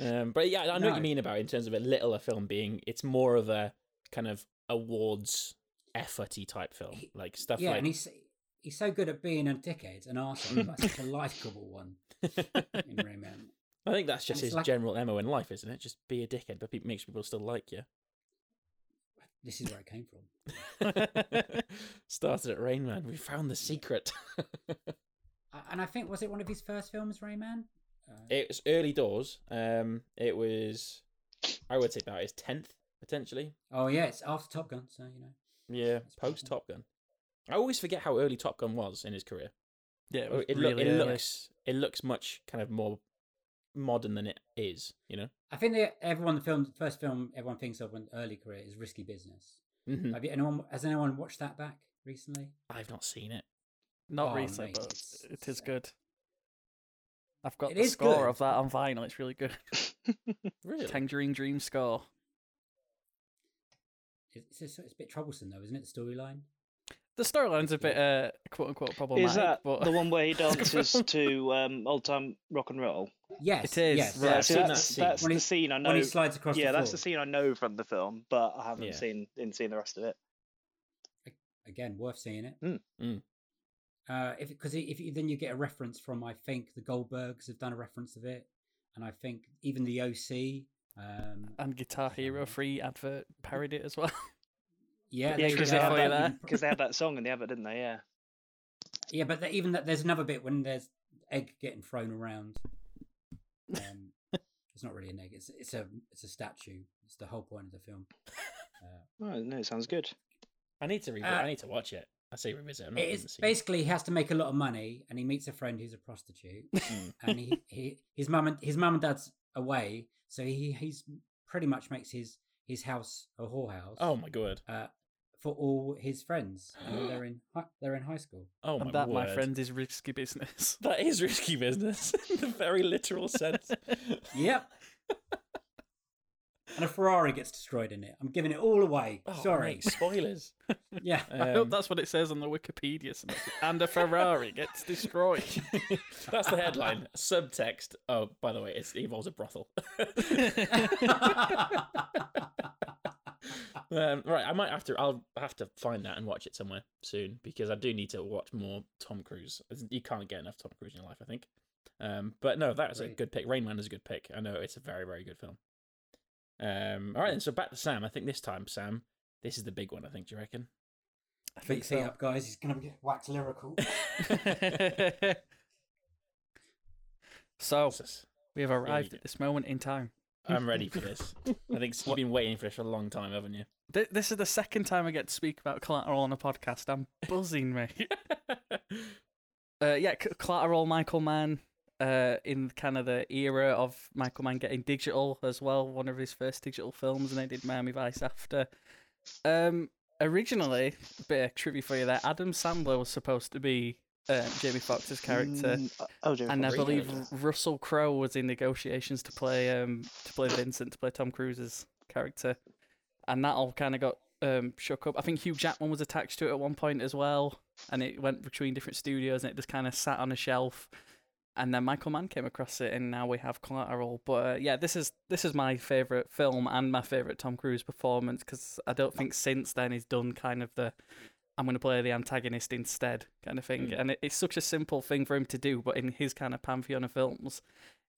S5: Um, but yeah, I know what
S8: No.
S5: you mean about in terms of a littler film being. It's more of a kind of awards efforty type film,
S8: He-
S5: like stuff
S8: yeah,
S5: like
S8: and he's he's so good at being a dickhead, an arsehole, but such a likable one in Rayman.
S5: I think that's just
S8: it's
S5: his
S8: like-
S5: general MO in life, isn't it? Just be a dickhead, but it makes people still like you.
S8: This is where it came from.
S5: Started at Rain Man. We found the secret.
S8: I- And I think was it one of his first films, Rayman?
S5: it was early doors. Um, it was, I would say, about his tenth potentially.
S8: Oh yeah, it's after Top Gun, so you know.
S5: Yeah,
S8: That's pretty
S5: post Top Gun. I always forget how early Top Gun was in his career.
S6: Yeah,
S5: It,
S6: Oh, it, was
S5: it,
S6: really
S5: look, it
S6: early.
S5: looks it looks much kind of more modern than it is. You know.
S8: I think that everyone the film first film everyone thinks of in early career is Risky Business.
S6: Mm-hmm. Mm.
S5: Mhm.
S8: Have you, anyone has anyone watched that back recently?
S5: I've not seen it.
S6: Not
S8: Oh,
S6: recent,
S8: mate,
S6: but
S8: it's-
S6: it is good. I've got
S8: It
S6: the
S8: is
S6: score
S8: good.
S6: of that on vinyl. It's really good.
S5: Really?
S6: Tangerine Dream score.
S8: It's, it's, it's a bit troublesome though, isn't it? The storyline.
S6: The storyline's a bit uh, quote unquote
S7: yeah.
S6: problematic.
S7: Is that
S6: but...
S7: the one where he dances to um, old time rock and roll?
S8: Yes,
S6: It is,
S8: Yes,
S6: right.
S7: Yeah,
S5: I've
S7: see,
S5: seen
S7: that's,
S5: that scene.
S7: that's
S8: When he-
S7: the scene I know.
S8: When he slides across.
S7: yeah,
S8: the
S7: that's the
S8: floor.
S7: scene I know from the film, but I haven't
S5: Yeah.
S7: seen didn't see the rest of it.
S8: Again, worth seeing it.
S7: Mm.
S5: Mm.
S8: Uh, if because if you, then you get a reference from I think the Goldbergs have done a reference of it, and I think even the OC. Um,
S7: Uh,
S6: And Guitar Hero free advert parodied it as well.
S7: Yeah,
S8: yeah, they-
S7: because
S8: they
S7: they,
S8: have
S6: have
S8: that
S7: had
S6: that-
S7: that- 'cause they had that song in the advert, didn't they? Yeah.
S8: Yeah, but the, even that there's another bit when there's egg getting thrown around. Um, it's not really an egg. It's it's a it's a statue. It's the whole point of the film.
S7: Oh, no, it sounds good.
S5: I need to revi-
S8: Uh,
S5: I need to watch it. I say revisit. I'm not
S8: It
S5: gonna
S8: is
S5: see
S8: basically he has to make a lot of money, and he meets a friend who's a prostitute,
S5: Mm.
S8: and he, he his mum and his mum and dad's away, so he he's pretty much makes his his house a whorehouse.
S5: Oh my god.
S8: Uh, for all his friends, and they're in hi- they're in high school.
S5: Oh my
S6: and that,
S5: word.
S6: my friend, is risky business.
S5: That is risky business in the very literal sense.
S8: Yep. and a Ferrari gets destroyed in it. I'm giving it all away.
S5: Oh,
S8: Sorry.
S5: mate, spoilers.
S8: Yeah.
S6: I hope
S5: Um,
S6: that's what it says on the Wikipedia. synopsis. and a Ferrari gets destroyed.
S5: That's the headline. Subtext. Oh, by the way, it's, it involves a brothel. um, right, I might have to. I'll have to find that and watch it somewhere soon because I do need to watch more Tom Cruise. You can't get enough Tom Cruise in your life, I think. Um, but no, that was a
S8: Agreed.
S5: good pick. Rain Man is a good pick. I know it's a very, very good film. Um, all right, then. So back to Sam. I think this time, Sam, this is the big one. I think. Do you reckon?
S6: I
S8: Beat feet up, guys. He's going to get wax lyrical.
S6: so
S5: Jesus.
S6: we have arrived
S5: go.
S6: at this moment in time.
S5: I'm ready for this. I think you've been waiting for this for a long time, haven't you?
S6: Th- this is the second time I get to speak about collateral on a podcast. I'm buzzing, mate. uh, yeah, C- collateral Michael Mann uh, in kind of the era of Michael Mann getting digital as well, one of his first digital films, and they did Miami Vice after. Um, originally, bit of trivia for you there. Adam Sandler was supposed to be uh, Jamie Foxx's character,
S7: Mm, oh, Jamie
S6: and I
S7: Foxx.
S6: believe Russell Crowe was in negotiations to play um to play Vincent to play Tom Cruise's character, and that all kind of got um shook up. I think Hugh Jackman was attached to it at one point as well, and it went between different studios and it just kind of sat on a shelf. And then Michael Mann came across it, and now we have Collateral. But uh, yeah, this is this is my favorite film and my favorite Tom Cruise performance because I don't think since then he's done kind of the I'm going to play the antagonist instead kind of thing. And it, it's such a simple thing for him to do, but in his kind of pantheon of films,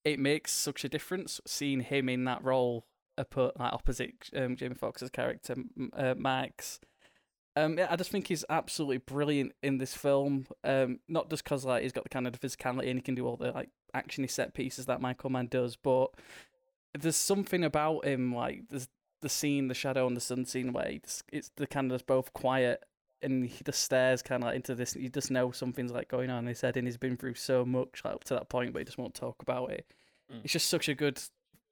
S6: it makes such a difference seeing him in that role apo- like opposite um, Jamie Foxx's character, M- uh, Max. Um, yeah, I just think he's absolutely brilliant in this film. Um, not just because like he's got the kind of physicality and he can do all the like actiony set pieces that Michael Mann does, but there's something about him like there's the scene, the shadow and the sun scene where it's, it's the kind of both quiet and he just stares kind of like into this. You just know something's like going on in his head, and he's been through so much like, up to that point, but he just won't talk about it. It's just such a good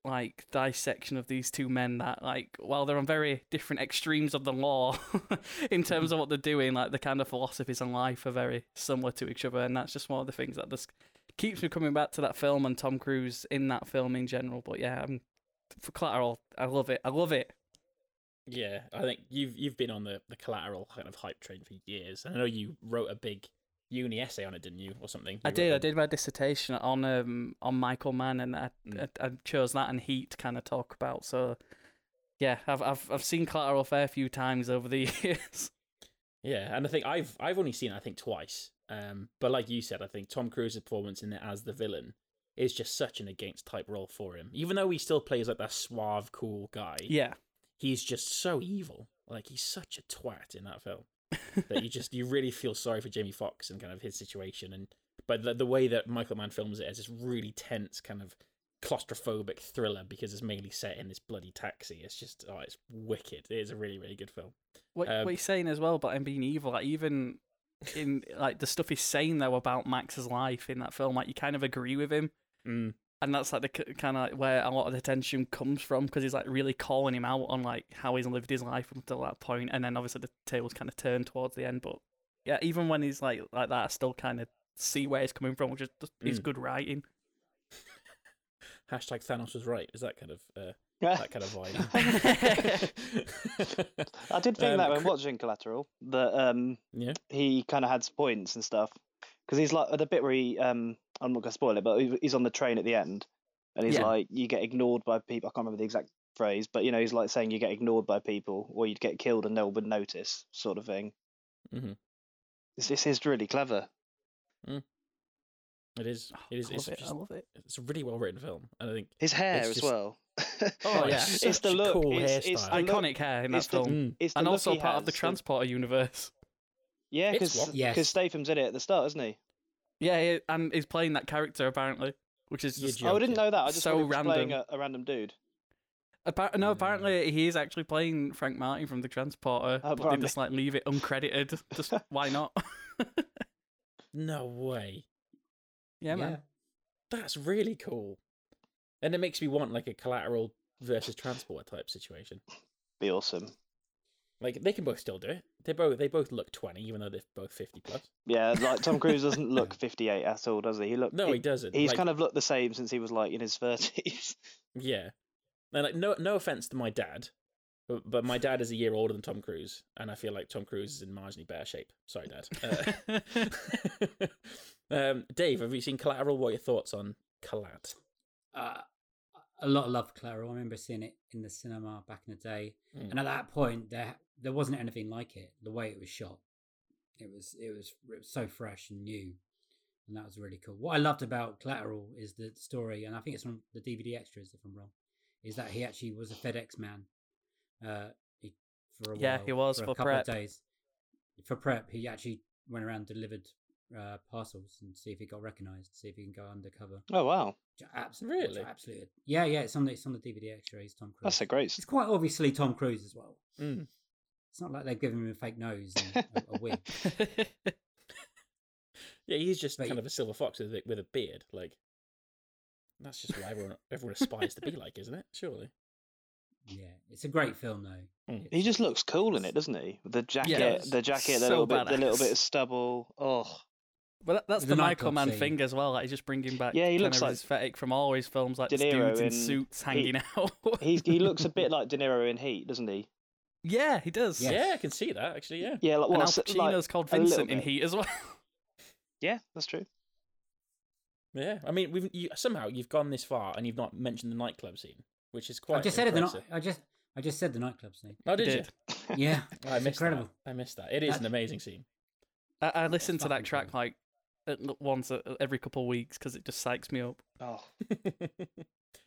S6: like dissection of these two men that like while they're on very different extremes of the law in terms of what they're doing, like the kind of philosophies in life are very similar to each other, and that's just one of the things that just keeps me coming back to that film and Tom Cruise in that film in general. But yeah, I'm for collateral. I love it. I love it.
S5: Yeah, I think you've you've been on the, the collateral kind of hype train for years. And I know you wrote a big uni essay on it, didn't you, or something?
S6: I
S5: You
S6: did.
S5: wrote
S6: I
S5: a-
S6: did my dissertation on um on Michael Mann, and I, I, I chose that and Heat to kind of talk about. So yeah, I've I've I've seen Collateral a fair few times over the years.
S5: Yeah, and I think I've I've only seen it, I think twice. Um, but like you said, I think Tom Cruise's performance in it as the villain is just such an against type role for him. Even though he still plays like that suave, cool guy,
S6: yeah,
S5: he's just so evil. Like he's such a twat in that film that you just you really feel sorry for Jamie Foxx and kind of his situation. And but the, the way that Michael Mann films it is this really tense kind of claustrophobic thriller because it's mainly set in this bloody taxi. It's just oh, it's wicked. It is a really really good film.
S6: what
S5: Um,
S6: what he's saying as well about him being evil, like even in like the stuff he's saying though about Max's life in that film, like you kind of agree with him.
S5: Mm.
S6: and that's like the kind of like where a lot of the tension comes from because he's like really calling him out on like how he's lived his life up until that point, and then obviously the tails kind of turn towards the end. But yeah, even when he's like like that, I still kind of see where he's coming from, which is just, is
S7: Mm.
S6: good writing.
S5: Hashtag Thanos was right. Is that kind of uh,
S7: Yeah.
S5: that kind of vibe?
S7: I did think
S5: Um,
S7: that when
S5: Cri-
S7: watching Collateral that um
S5: Yeah.
S7: he kind of had some points and stuff because he's like the bit where he um I'm not gonna spoil it, but he- he's on the train at the end and he's
S6: Yeah.
S7: like you get ignored by people. I can't remember the exact phrase, but you know he's like saying you get ignored by people or you'd get killed and no one would notice, sort of thing.
S5: Mhm.
S7: This this is really clever.
S5: It is. It is.
S6: Oh, I
S5: It's,
S6: love it.
S5: just,
S6: I love it.
S5: it's a really well written film, and I think
S7: His hair
S5: It's
S7: as
S5: just-
S7: well.
S6: Oh, yeah.
S5: it's
S7: It's the
S5: such a
S7: look,
S5: Cool
S7: it's- it's
S5: hairstyle.
S7: the look-
S6: Iconic hair in that
S7: it's the-
S6: film,
S5: Mm.
S7: It's the
S6: and
S7: look
S6: also
S7: he
S6: part of the
S7: has.
S6: transporter universe.
S7: Yeah,
S5: It's
S7: because
S5: what-
S8: Yes.
S7: Statham's in it at the start, isn't he?
S6: Yeah, he, and he's playing that character apparently, which is
S5: You're
S6: just
S7: Oh, I didn't
S5: Joking.
S7: know that. I just
S6: So
S7: thought he was playing
S6: random.
S7: a, a random dude.
S6: Appar-
S7: Mm.
S6: no, apparently he is actually playing Frank Martin from The Transporter,
S7: Oh,
S6: but
S7: pardon
S6: they
S7: me.
S6: just like leave it uncredited. Just why not?
S5: no way.
S6: yeah, man.
S5: That's really cool, and it makes me want like a collateral versus transporter type situation.
S7: Be awesome.
S5: Like they can both still do it. They both they both look twenty, even though they're both fifty plus.
S7: Yeah, like Tom Cruise doesn't look 58 at all, does he? He look
S5: No, he doesn't.
S7: He's
S5: Like-
S7: kind of looked the same since he was like in his 30s.
S5: Yeah. And like no no offense to my dad, but, but my dad is a year older than Tom Cruise, and I feel like Tom Cruise is in marginally better shape. Sorry, Dad. Uh, um, Dave, have you seen Collateral? What are your thoughts on Collat?
S8: uh, a lot of love for Clara. I remember seeing it in the cinema back in the day,
S6: Mm.
S8: and at that point, there there wasn't anything like it. The way it was shot, it was it was, it was so fresh and new, and that was really cool. What I loved about Collateral is the story, and I think it's on the DVD extras, if I'm wrong, is that he actually was a FedEx man. Uh, he, for a
S6: Yeah,
S8: while,
S6: he was
S8: for,
S6: for
S8: a couple
S6: prep.
S8: of days. For prep, he actually went around delivered uh, parcels and see if he got recognised, see if he can go undercover.
S7: Oh, wow.
S8: Absolutely,
S5: Really?
S8: absolutely. Yeah, yeah. It's on the it's on the DVD extra. He's Tom Cruise.
S7: That's a great.
S8: It's quite obviously Tom Cruise as well.
S5: Mm.
S8: It's not like they've given him a fake nose and a, a wig.
S5: Yeah, he's just
S8: But
S5: kind
S8: y-
S5: of a silver fox with a, with a beard. Like that's just what everyone everyone aspires to be like, isn't it? Surely.
S8: Yeah, it's a great film though.
S5: Mm.
S7: He just looks cool in it, doesn't he? The jacket,
S6: does.
S7: the jacket, the
S6: So
S7: little bit, the little
S6: badass.
S7: bit of stubble. Oh,
S6: But that, that's
S8: The
S6: the, Michael
S8: nightclub
S6: Mann
S8: scene.
S6: thing as well. Like he's just bringing back
S7: Yeah, he
S6: kind
S7: looks
S6: of
S7: like
S6: his aesthetic from all his films, like
S7: De
S6: just dudes
S7: Niro
S6: in
S7: in-
S6: suits hanging out.
S7: he he looks a bit like De Niro in Heat, doesn't he?
S6: yeah, he does.
S8: Yes.
S5: Yeah, I can see that actually. Yeah.
S7: Yeah, like
S6: And
S7: what?
S6: Al
S7: so-
S6: Pacino's
S7: like,
S6: called
S7: a little
S6: Vincent in
S7: bit.
S6: Heat as well.
S7: Yeah, that's true.
S5: Yeah. I mean, we've you, somehow you've gone this far and you've not mentioned the nightclub scene, which is quite.
S8: I just said it. The night.
S5: impressive.
S8: I just I just said the nightclub scene.
S5: Oh, did,
S6: He
S5: you?
S6: did.
S8: Yeah,
S5: I
S8: it's
S5: missed
S8: incredible.
S5: that. I missed that. It is
S8: That-
S5: an amazing scene.
S6: I, I listen to that
S8: fucking
S6: track
S8: cool.
S6: like at l- once a- every couple of weeks because it just psychs me up.
S7: Oh,
S5: I,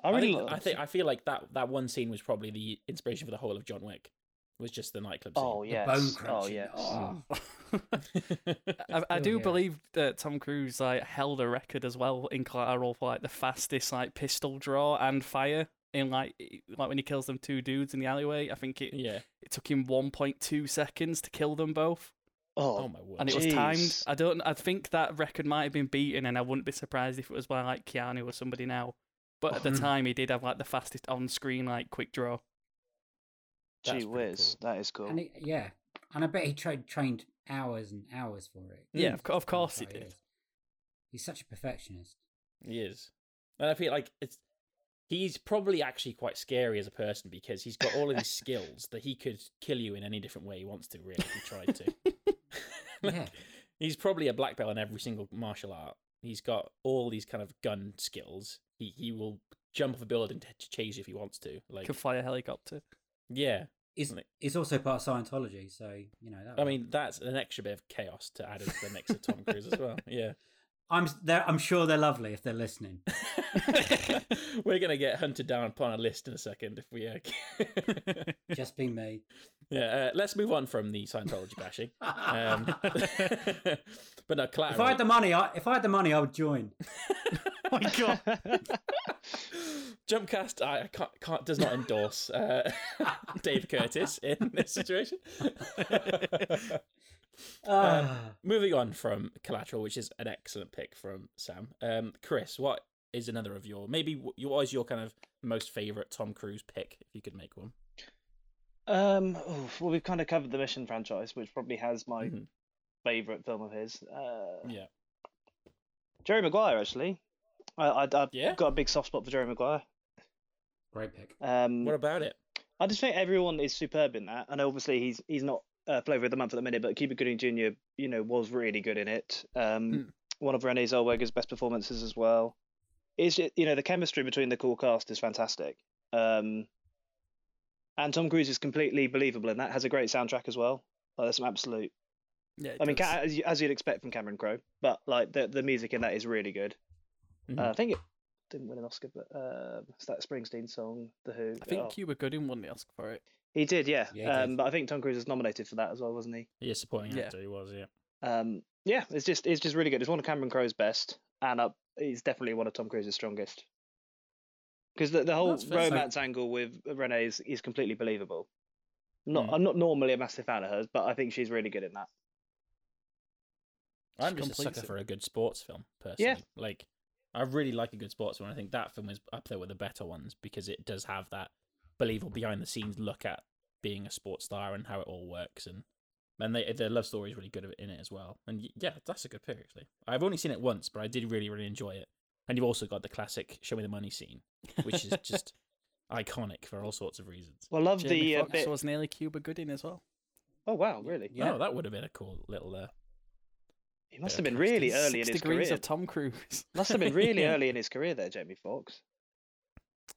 S7: I really.
S5: think,
S7: like
S5: I think I feel like that that one scene was probably the inspiration for the whole of John Wick. Was just the nightclub scene.
S7: Oh yes.
S8: Bone
S7: oh
S8: crunching.
S7: yes.
S6: I, I
S8: Still
S6: do
S8: here.
S6: believe that Tom Cruise like held a record as well in collateral for like the fastest like pistol draw and fire in like i- like when he kills them two dudes in the alleyway. I think it
S5: yeah.
S6: it took him 1.2 seconds to kill them both.
S7: Oh,
S5: Oh my word!
S6: and it was
S7: Jeez.
S6: timed. I don't. I think that record might have been beaten, and I wouldn't be surprised if it was by like Keanu or somebody now. But at the
S5: Mhm.
S6: time, he did have like the fastest on-screen like quick draw.
S5: That's
S7: gee
S5: pretty
S7: whiz, that is cool.
S8: And it, yeah, and I bet he tra- trained hours and hours for it.
S6: Yeah, of cou- of
S8: That's
S6: course he
S8: how
S6: did.
S8: is. He's such a perfectionist.
S5: He is, and I feel like it's he's probably actually quite scary as a person because he's got all of these skills that he could kill you in any different way he wants to. Really, if he tried to. Like,
S8: Yeah.
S5: He's probably a black belt in every single martial art. He's got all these kind of gun skills. He he will jump off a building to, to chase you if he wants to. Like
S6: Could fly a helicopter.
S5: yeah,
S8: It's,
S5: Like-
S8: it's also part of Scientology, so you know. That
S5: I
S8: one.
S5: mean that's an extra bit of chaos to add into the mix of Tom Cruise as well. Yeah,
S8: I'm s- they're, I'm sure they're lovely if they're listening.
S5: we're gonna get hunted down upon a list in a second if we. Uh...
S8: Just be me.
S5: yeah, uh, let's move on from the Scientology bashing. Um, but no,
S8: If I had the
S5: collateral.
S8: money, I, if I had the money, I would join.
S6: Oh my god!
S5: Jumpcast I I can't, can't does not endorse uh, Dave Curtis in this situation.
S8: Ah.
S5: Moving on from Collateral, which is an excellent pick from Sam. Um, Chris, what is another of your maybe wh- what is your kind of most favorite Tom Cruise pick if you could make one?
S7: Um, oof, well, we've kind of covered the Mission franchise, which probably has my
S5: Mhm.
S7: favorite film of his. Uh,
S5: Yeah,
S7: Jerry Maguire, actually. I, I, I've
S5: Yeah?
S7: got a big soft spot for Jerry Maguire.
S8: Great pick.
S7: Um,
S5: what about it?
S7: I just think everyone is superb in that, and obviously he's he's not uh, flavor of the month at the minute, but Cuba Gooding Jr. you know was really good in it. Um,
S5: Mm.
S7: One of Renee Zellweger's best performances as well. Is you know the chemistry between the cool cast is fantastic, um, and Tom Cruise is completely believable, and that has a great soundtrack as well. Like, there's some absolute.
S6: Yeah, it
S7: I mean,
S6: does.
S7: ca- as, you, as you'd expect from Cameron Crowe, but like the the music in that is really good.
S6: Mm-hmm.
S7: Uh, I think it didn't win an Oscar, but um, it's that Springsteen song, The Who.
S6: I think
S7: oh.
S6: you were good in one the Oscar for it.
S7: He did, yeah.
S8: Yeah, he
S7: um,
S8: did.
S7: But I think Tom Cruise was nominated for that as well, wasn't he?
S5: Yeah, supporting
S6: Yeah.
S5: actor he was. Yeah,
S7: Um, yeah, it's just it's just really good. It's one of Cameron Crowe's best, and uh, it's definitely one of Tom Cruise's strongest. Because the, the whole
S5: That's fair. So-
S7: romance angle with Renee is, is completely believable. Not
S6: Hmm.
S5: Mm.
S7: I'm not normally a massive fan of hers, but I think she's really good in that.
S5: I'm
S6: She
S5: just a
S6: completes
S5: sucker
S6: it.
S5: for a good sports film personally. like I really like a good sports one. I think that film is up there with the better ones because it does have that believable behind the scenes look at being a sports star and how it all works and. And they, their love story is really good in it as well. And y- yeah, that's a good pick, actually. I've only seen it once, but I did really, really enjoy it. And you've also got the classic show me the money scene, which is just iconic for all sorts of reasons.
S7: Well, I love
S6: Jamie
S7: the uh,
S6: Foxx
S7: bit.
S6: was nearly Cuba Gooding as well.
S7: Oh wow, really?
S8: Yeah.
S5: Oh, that would have been a cool little. Uh...
S7: He must
S5: Yeah,
S7: have been
S5: Foxx
S7: really
S5: did
S7: early in
S6: Six
S7: his
S6: degrees
S7: career.
S6: of Tom Cruise.
S7: Must have been really early in his career there, Jamie Foxx.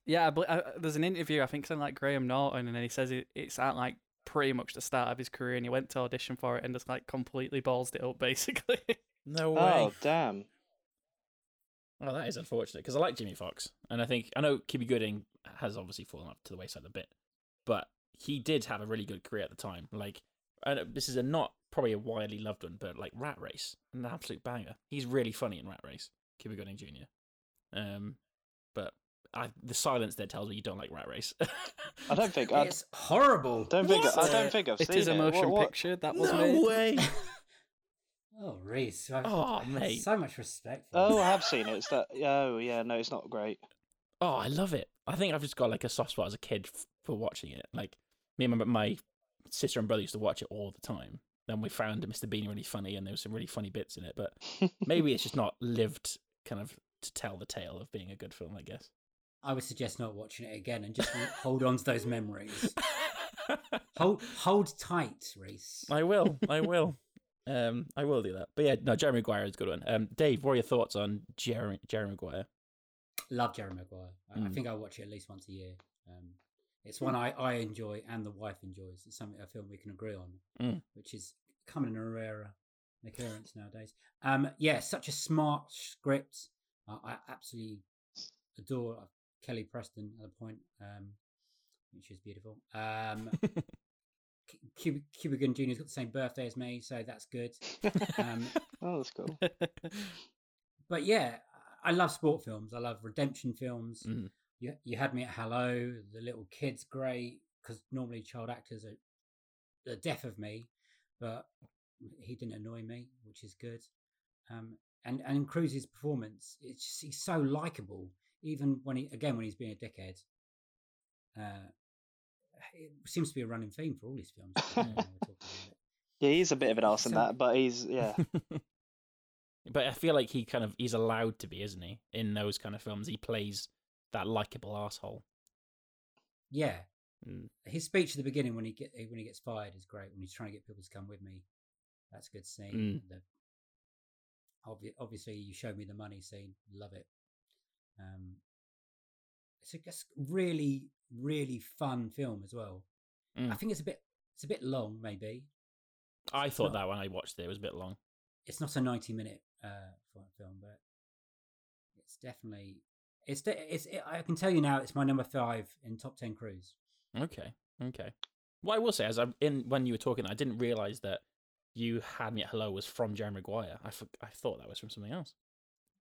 S6: Yeah, I bel- I, there's an interview I think something like Graham Norton, and then he says it, it's at like pretty much the start of his career, and he went to audition for it and just like completely ballsed it up basically.
S5: No way.
S7: Oh damn.
S5: Well, that is unfortunate because I like Jimmy Fox, and I think I know Kibby Gooding has obviously fallen up to the wayside a bit, but he did have a really good career at the time. Like, and this is a not probably a widely loved one, but like Rat Race, an absolute banger. He's really funny in Rat Race, Kibby Gooding Jr. Um, but I, the silence there tells me you don't like Rat Race.
S7: I don't think I
S8: it's horrible.
S7: don't think I
S5: What?
S7: don't think I've
S6: it
S7: seen
S6: is a
S7: What-
S6: motion
S7: what-
S6: picture that was
S5: no
S6: made.
S5: way.
S8: Oh, Reese. I've-
S5: Oh,
S8: I have
S5: mate.
S8: So much respect for
S7: Oh,
S8: you.
S7: I have seen it. It's that. Oh, yeah. No, it's not great.
S5: Oh, I love it. I think I've just got like a soft spot as a kid f- for watching it. Like me and my, my sister and brother used to watch it all the time. Then we found Mr. Bean really funny, and there was some really funny bits in it. But maybe it's just not lived kind of to tell the tale of being a good film. I guess.
S8: I would suggest not watching it again and just hold on to those memories. Hold hold tight, Reese.
S5: I will. I will. Um, I will do that. But yeah, no, Jeremy Maguire is a good one. Um, Dave, what are your thoughts on Jerry Jerry Maguire?
S8: Love Jerry Maguire. I, I
S5: Mm.
S8: think I watch it at least once a year. Um, it's one I, I enjoy and the wife enjoys. It's something I feel we can agree on,
S5: Mm.
S8: which is coming in a rarer occurrence nowadays. Um, yeah, such a smart script. I, I absolutely adore uh, Kelly Preston at the point, um, which is beautiful. Um, Cu- Cuba, Cuba Gooding Jr.'s got the same birthday as me, so that's good. Um,
S7: Oh, that's cool.
S8: but yeah, I love sport films. I love redemption films.
S5: Mhm.
S8: You you had me at Hello. The little kid's great because normally child actors are the death of me, but he didn't annoy me, which is good. Um, and and Cruz's performance, it's just, he's so likable, even when he again when he's being a dickhead. Uh, it seems to be a running theme for all his films. I don't know why we're talking about it.
S7: Yeah, he's a bit of an arse in
S8: So-
S7: that, but he's yeah.
S5: but I feel like he kind of he's allowed to be, isn't he? In those kind of films, he plays that likable asshole.
S8: Yeah,
S5: Mm.
S8: his speech at the beginning when he get when he gets fired is great. When he's trying to get people to come with me, that's a good scene.
S5: Mm.
S8: The, obvi- obviously, you showed me the money scene. Love it. Um, it's a just really really fun film as well. I
S5: Mm.
S8: think it's a bit it's a bit long maybe.
S5: I thought
S8: not-
S5: that when I watched it, it was a bit long.
S8: It's not a ninety minute uh, fi- film, but it's definitely it's de- it's it, I can tell you now it's my number five in top ten cruise.
S5: Okay, okay. What I will say is, I in when you were talking, I didn't realize that you had me at hello was from Jerry Maguire. I for, I thought that was from something else,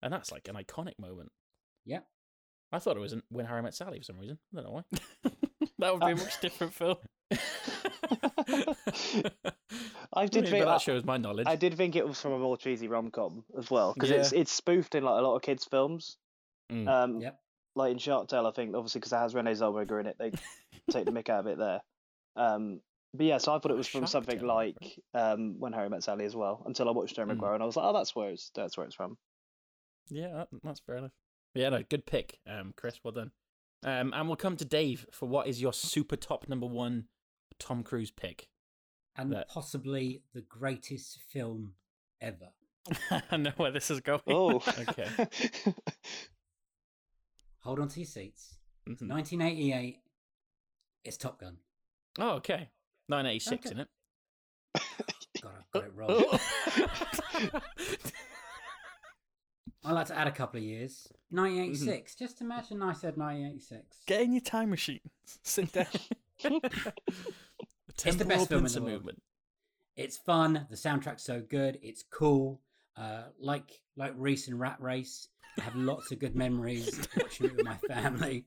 S5: and that's like an iconic moment.
S8: Yeah.
S5: I thought it was in When Harry Met Sally for some reason. I don't know why.
S6: That would be a much different film.
S7: I did
S5: Maybe that
S7: think that-
S5: shows my knowledge.
S7: I did think it was from a more cheesy rom com as well because
S5: Yeah.
S7: it's it's spoofed in like a lot of kids' films.
S5: Mm.
S7: Um,
S8: Yep.
S7: like in Shark Tale, I think obviously because it has Renee Zellweger in it, they take the mick out of it there. Um, but yeah, so I thought it was from
S5: Shark
S7: something
S5: Tale, right?
S7: like um, When Harry Met Sally as well. Until I watched Jerry
S5: Mm.
S7: Maguire and I was like, oh, that's where it's that's where it's from.
S5: Yeah, that, that's fair enough. Yeah, no, good pick, um, Chris. Well done. Um, and we'll come to Dave for what is your super top number one Tom Cruise pick.
S8: and
S5: that-
S8: possibly the greatest film ever.
S6: I know where this is going.
S7: Oh,
S5: Okay.
S8: Hold on to your seats. It's
S5: Mhm.
S8: 1988. It's Top Gun.
S5: Oh, okay. 986 in it.
S8: God, I got it wrong.
S5: Oh.
S8: I like to add a couple of years. 1986. Just imagine I said 1986.
S6: Get in your time machine. Sit down.
S8: It's the best
S5: Temporal
S8: film in
S5: pincer
S8: the world.
S5: movement.
S8: It's fun. The soundtrack's so good. It's cool. Uh, like like Reese and Rat Race, I have lots of good memories watching it with my family.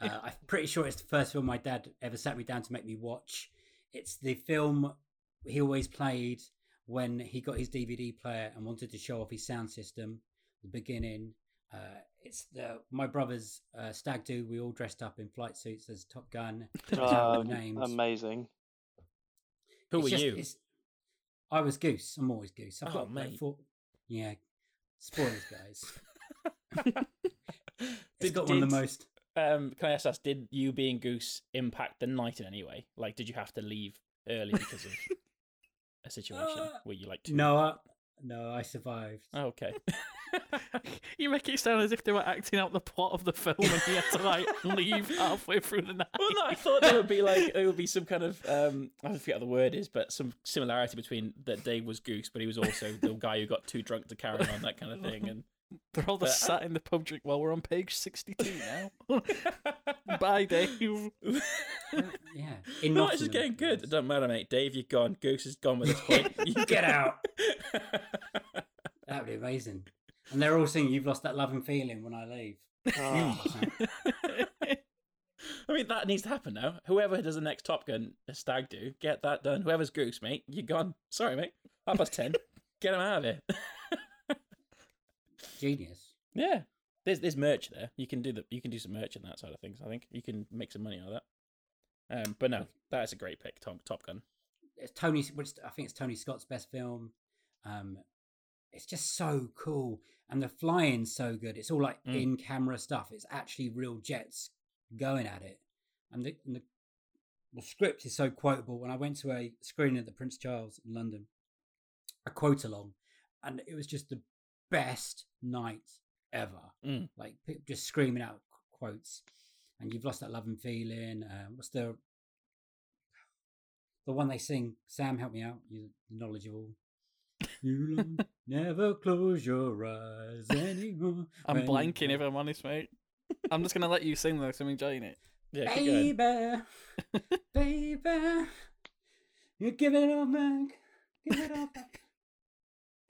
S8: Uh, I'm pretty sure it's the first film my dad ever sat me down to make me watch. It's the film he always played when he got his DVD player and wanted to show off his sound system. The beginning. Uh, it's the my brother's uh, stag do. We all dressed up in flight suits as Top Gun.
S7: Um,
S8: names.
S7: amazing.
S5: Who
S8: It's
S5: were
S8: just-
S5: you?
S8: it's- I was Goose. I'm always Goose. I've
S5: Oh,
S8: got like
S5: mate.
S8: four. Yeah. Spoilers, guys. it's
S5: Did-
S8: got one of the
S5: did-
S8: most.
S5: Um, can I just ask, did you being Goose impact the night in any way? Like, did you have to leave early because of a situation?
S8: Uh,
S5: where you like to?
S8: No, I, no, I survived.
S5: Oh, okay.
S6: you make it sound as if they were acting out the plot of the film and you had to like leave halfway through the night.
S5: Well, no, I thought there would be like there would be some kind of um, I forget what the word is, but some similarity between that Dave was Goose, but he was also the guy who got too drunk to carry on that kind of thing. And
S6: They're all just
S5: Uh,
S6: sat in the pub drink while we're on page 62 now. Bye, Dave.
S8: Yeah. In
S5: no, this is
S8: Nottingham,
S5: getting
S8: it
S5: good. It
S8: was.
S5: doesn't matter, mate. Dave, you're gone. Goose is gone with this point. You
S8: Get out.
S5: out.
S8: That'd be amazing. And they're all singing "You've Lost That Love and Feeling" when I leave.
S5: Ah. I mean, that needs to happen now. Whoever does the next Top Gun stag do, get that done. Whoever's Goose, mate, you're gone. Sorry, mate. Half past ten. get him out of here.
S8: Genius.
S5: yeah. There's there's merch there. You can do the you can do some merch on that side of things. I think you can make some money out of that. Um, but no, that is a great pick, Tom Top Gun.
S8: It's Tony. Which I think it's Tony Scott's best film. Um, it's just so cool, and the flying's so good. It's all like
S5: Mm.
S8: in camera stuff. It's actually real jets going at it, and the, and the the script is so quotable. When I went to a screening at the Prince Charles in London, a quote along, and it was just the best night ever.
S5: Mm.
S8: Like people just screaming out qu- quotes, and you've lost that love and feeling. Uh, what's the the one they sing? Sam, help me out. You're knowledgeable. You'll never close your eyes anymore.
S6: I'm
S8: when you
S6: blanking, if
S8: go-
S6: I'm honest, mate. I'm just going to let you sing, though, 'cause I'm enjoying it.
S5: Yeah, keep going.
S8: Baby, baby, you give it all back, give it all back.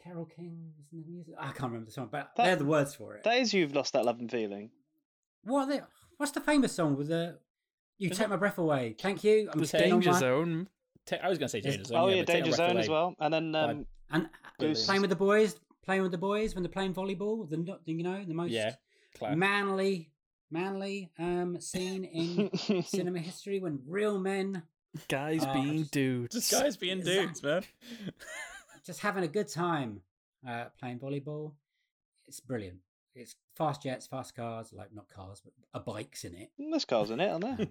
S8: Carol King, isn't the music? I can't remember the song, but
S7: That-
S8: they're the words for it.
S7: That is you've lost that love and feeling.
S8: What are they, what's the famous song with the? You take my breath away. Thank you. I'm
S6: The
S8: staying on
S6: Danger
S8: my.
S6: Zone.
S5: Ta- I was going to say
S8: Yes.
S5: Danger Zone.
S7: Oh yeah,
S5: but Tail
S7: Danger Zone as
S5: Requiem-
S7: well, and then um,
S8: And
S7: Goose.
S8: playing with the boys, playing with the boys when they're playing volleyball, the not- you know the most
S5: Yeah, class.
S8: manly, manly um scene in
S7: um,
S8: cinema history when real men
S6: Guys
S8: Oh,
S6: being
S8: just-
S5: This
S6: dudes.
S5: guy's being
S8: Exactly.
S5: dudes, man.
S8: just having a good time uh, playing volleyball. It's brilliant. It's fast jets, fast cars, like not cars, but a bike's in it.
S7: there's cars in it, aren't there?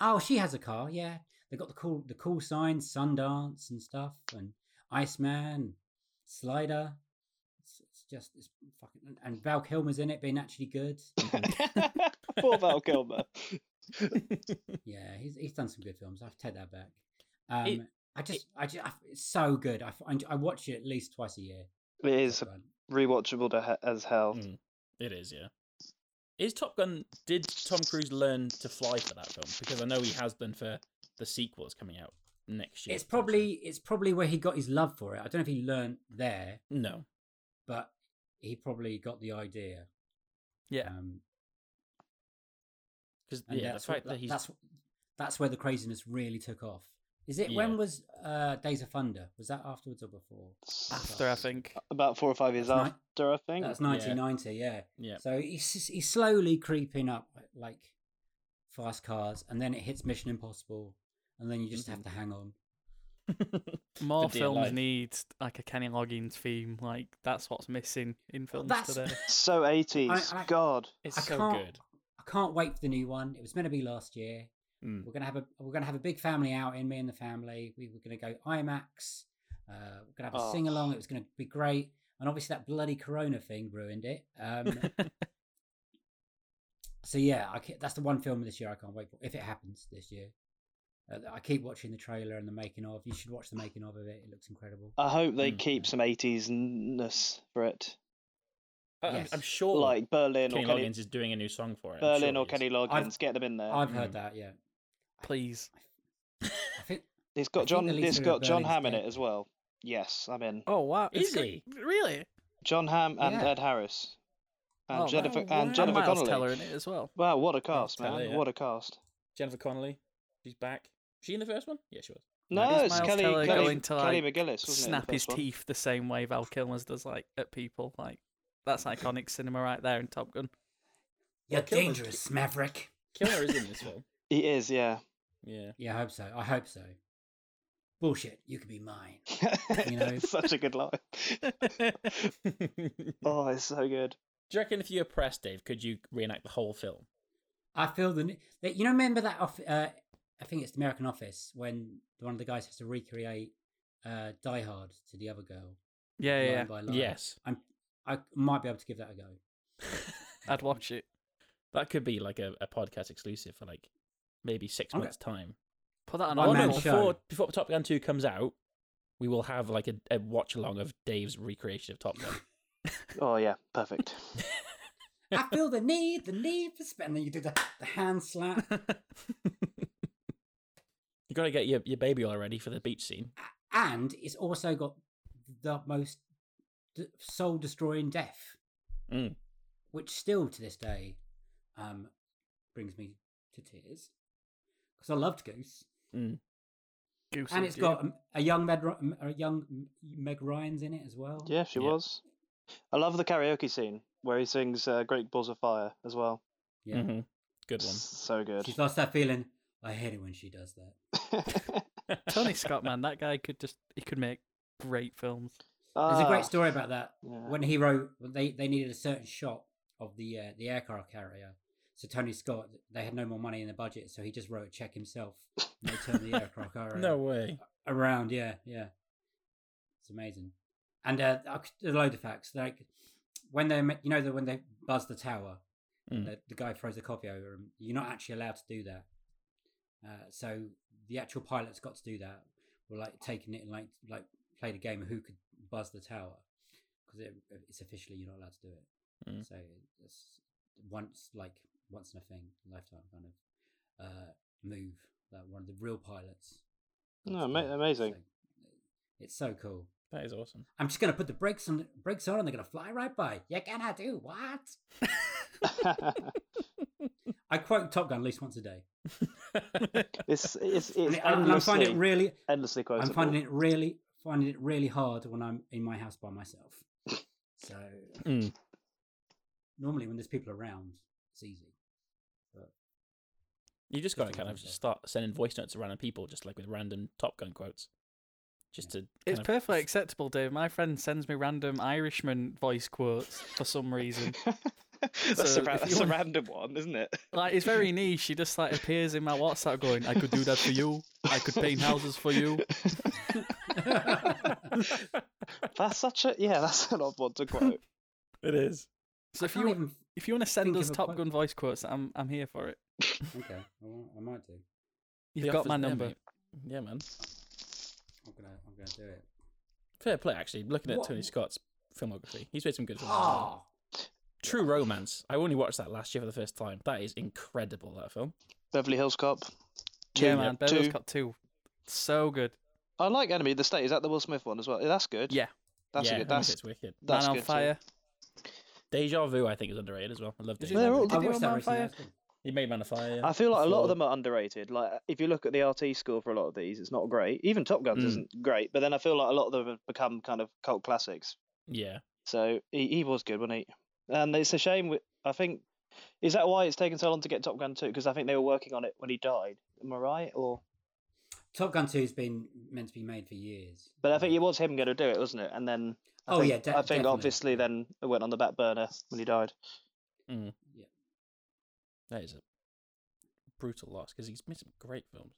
S8: Oh, she has a car. Yeah, they got the cool, the cool signs, Sundance and stuff, and Iceman, Slider. It's, it's just it's fucking and- and Val Kilmer's in it, being actually good.
S7: Poor Val Kilmer.
S8: yeah, he's he's done some good films. I take that back. Um,
S5: It-
S8: I just, I just, I, it's so good. I, find- I watch it at least twice a year.
S7: It is
S8: Top Gun.
S7: rewatchable to he- as hell.
S5: Mm. It is, yeah. Is Top Gun? Did Tom Cruise learn to fly for that film? Because I know he has done for the sequel that's coming out next year.
S8: It's
S5: potentially.
S8: probably it's probably where he got his love for it. I don't know if he learned there,
S5: no.
S8: but he probably got the idea.
S6: Yeah.
S8: Um,
S5: Because
S8: and
S5: yeah, the
S8: that's, wh-
S5: fact that
S8: that-
S5: he's
S8: that's that's where the craziness really took off. Is it when
S5: Yeah.
S8: was uh, Days of Thunder? Was that afterwards or before?
S5: Mm.
S6: After I think.
S7: About four or five years
S8: That's ni-
S7: after, I think.
S8: That's 1990, yeah.
S5: Yeah.
S8: So he's s- he's slowly creeping up like fast cars, and then it hits Mission Impossible, and then you just have to hang on.
S6: More
S5: For dear
S6: films
S5: life.
S6: need like a Kenny Loggins theme. Like that's what's missing in films
S8: that's-
S6: today.
S7: So 80s.
S8: I- I-
S7: God.
S5: it's
S8: I
S5: so
S8: can't-
S5: good.
S8: I can't wait for the new one. It was meant to be last year.
S5: Mm.
S8: We're gonna have a we're gonna have a big family outing. Me and the family. We were gonna go IMAX. Uh, we're gonna have a
S7: Oh.
S8: sing along. It was gonna be great. And obviously that bloody Corona thing ruined it. Um, so yeah, I ca- that's the one film this year I can't wait for. If it happens this year, uh, I keep watching the trailer and the making of. You should watch the making of of it. It looks incredible.
S7: I hope they
S5: Mm.
S7: keep some 80s-ness for it.
S5: I- I'm-
S8: Yes.
S5: I'm sure
S7: like Berlin
S5: Kenny
S7: or Kenny,
S5: Loggins is doing a new song for it. I'm
S7: Berlin
S5: sure
S7: or
S5: he is.
S7: Kenny Loggins. Get them in there.
S8: I've
S5: Mm.
S8: heard that. Yeah,
S6: Please.
S8: I think
S7: it's
S8: I
S7: got
S8: think
S7: John.
S8: the lead
S7: It's
S8: singer
S7: got
S8: of
S7: John
S8: Berlin's
S7: Hamm in
S8: dead.
S7: it as well. Yes, I'm in.
S6: Oh wow!
S5: Uh, Is
S6: It's got-
S5: he?
S6: really?
S7: John Hamm and
S8: Yeah.
S7: Ed Harris and
S6: Oh, wow.
S7: Jennifer
S5: wow.
S7: and Jennifer
S6: and Miles
S7: Connelly.
S6: Teller in it as well.
S7: Wow, what a cast,
S5: Teller,
S7: man!
S5: yeah.
S7: What a cast.
S5: Jennifer Connelly. She's back. Was She in the first one? Yeah, she was.
S7: No,
S6: Is
S7: it's
S6: Miles
S7: Kelly,
S6: Teller
S7: Kelly,
S6: going to,
S7: Kelly
S6: like,
S7: McGillis. Wasn't
S6: Snap
S7: it, in the
S6: his
S7: first one?
S6: teeth the same way Val Kilmer's does, like at people. Like that's iconic cinema right there in Top Gun.
S8: you're
S5: Kilmer-
S8: dangerous, Maverick.
S5: Killer is in this film.
S7: He is, yeah.
S5: Yeah.
S8: Yeah, I hope so. I hope so. Bullshit. You could be mine. You know?
S7: Such a good line.
S5: Do
S7: Oh, it's so good.
S5: you reckon if you were pressed, Dave, could you reenact the whole film?
S8: I feel the ne- that you know remember that off uh, I think it's the American Office when one of the guys has to recreate uh, Die Hard to the other girl.
S6: Yeah, yeah.
S8: line
S6: yeah.
S8: by line.
S5: Yes.
S8: I'm, I might be able to give that a go.
S6: I'd watch it.
S5: That could be like a, a podcast exclusive for like maybe six
S8: Okay.
S5: months time.
S6: Put that on
S8: One
S5: oh
S6: our
S8: man
S5: no!
S6: wall.
S8: show.
S5: Before before Top Gun Two comes out, we will have like a, a watch along of Dave's recreation of Top Gun.
S7: Oh yeah, perfect.
S8: I feel the need, the need for spend. And then you do the, the hand slap.
S5: you got to get your, your baby all ready for the beach scene.
S8: and it's also got the most d- soul destroying death,
S5: Mm.
S8: which still to this day um, brings me to tears because I loved Goose,
S6: Goose
S8: and
S6: and
S8: it's
S6: you.
S8: got um, a young Meg, Ry- um, a young M- Meg Ryan's in it as well.
S7: Yeah, she
S5: Yeah.
S7: was. I love the karaoke scene where he sings uh, "Great Balls of Fire" as well.
S8: yeah.
S5: Mhm. Good one.
S7: So good.
S8: She's lost that feeling. I hate it when she does that.
S6: Tony Scott, man. That guy could just he could make great films.
S8: There's a
S7: Ah,
S8: great story about that.
S7: yeah.
S8: When he wrote, when they they needed a certain shot of the uh, the aircraft carrier. So Tony Scott, they had no more money in the budget, so he just wrote a check himself. And they turned the aircraft carrier
S5: No way.
S8: around. Yeah, yeah, it's amazing. And uh, I could- there's a load of facts. Like when they, ma- you know, the, when they buzz the tower,
S5: Mm.
S8: the, the guy throws the coffee over him. You're not actually allowed to do that. Uh, so the actual pilots got to do that. Were like taking it and like like played a game of who could buzz the tower because it, it's officially you're not allowed to do it.
S5: Mm.
S8: So it's once like once in a thing, lifetime kind of uh, move that one of the real pilots. got
S7: No,
S8: to
S7: ama-
S8: do.
S7: amazing.
S8: So it's so cool.
S5: That is awesome.
S8: I'm just gonna put the brakes on brakes on and they're gonna fly right by. You cannot do what? I quote Top Gun at least once a day.
S7: It's it's
S8: And
S7: it's
S8: it- and I find it
S7: endlessly-
S8: really,
S7: endlessly quotable.
S8: I'm finding it really, finding it really hard when I'm in my house by myself. So
S5: Mm.
S8: normally when there's people around, it's easy.
S5: You just got to
S8: Different
S5: kind of
S8: things,
S5: just
S8: yeah.
S5: start sending voice notes to random people, just like with random Top Gun quotes, just to. kind
S6: It's
S5: of-
S6: perfectly acceptable, Dave. My friend sends me random Irishman voice quotes for some reason.
S7: that's
S6: So
S7: a, ra-
S6: if you
S7: that's a
S6: want-
S7: random one, isn't it?
S6: like it's very niche. She just like appears in my WhatsApp going, "I could do that for you. I could paint houses for you."
S7: That's such a yeah. That's an odd one to quote.
S5: It is.
S6: So
S8: I
S6: if you
S8: can't even-
S6: if you want to send
S8: think
S6: us
S8: of a
S6: Top
S8: quote.
S6: Gun voice quotes, I'm I'm here for it.
S8: okay, I, wa- I might do.
S6: You've
S5: The
S6: got
S5: offer's
S6: my
S5: there,
S6: number.
S5: mate. Yeah, man.
S8: I'm gonna, I'm gonna do it.
S5: Fair play, actually. Looking at
S8: What-
S5: Tony Scott's filmography, he's made some good films. as well.
S8: Ah,
S5: True Romance. I only watched that last year for the first time. That is incredible. That film.
S7: Beverly Hills Cop.
S6: yeah,
S7: Two.
S6: man.
S7: Two.
S6: Beverly's Cop Two, so good.
S7: I like Enemy of the State. Is that the Will Smith one as well? That's good.
S6: Yeah.
S7: That's
S5: yeah,
S7: a
S5: I
S7: good.
S5: think
S7: That's
S5: it's wicked.
S7: that's
S6: Man
S7: good
S6: on
S7: too.
S6: Fire.
S5: Deja Vu, I think, is underrated as well. I love
S6: Did
S5: Deja
S6: you-
S5: Vu.
S7: They're all-
S8: I
S6: Did you
S8: watched
S6: know
S8: that
S6: Man
S8: recently.
S6: Fire?
S8: that's good.
S5: He made Man of Fire.
S7: I feel like a lot
S5: Before-
S7: of them are underrated. Like if you look at the RT score for a lot of these, it's not great. Even Top Guns
S8: Hmm.
S5: Mm.
S7: isn't great. But then I feel like a lot of them have become kind of cult classics.
S5: Yeah.
S7: So he, he was good, wasn't he? And it's a shame. wi- I think is that why it's taken so long to get Top Gun two? Because I think they were working on it when he died. Am I right? Or
S8: Top Gun Two has been meant to be made for years.
S7: but I think it was him going to do it, wasn't it? And then I
S8: Oh,
S7: think,
S8: yeah, de-
S7: I think
S8: definitely.
S7: obviously then it went on the back burner when he died.
S5: Mm.
S8: Yeah.
S5: That is a brutal loss because he's made some great films.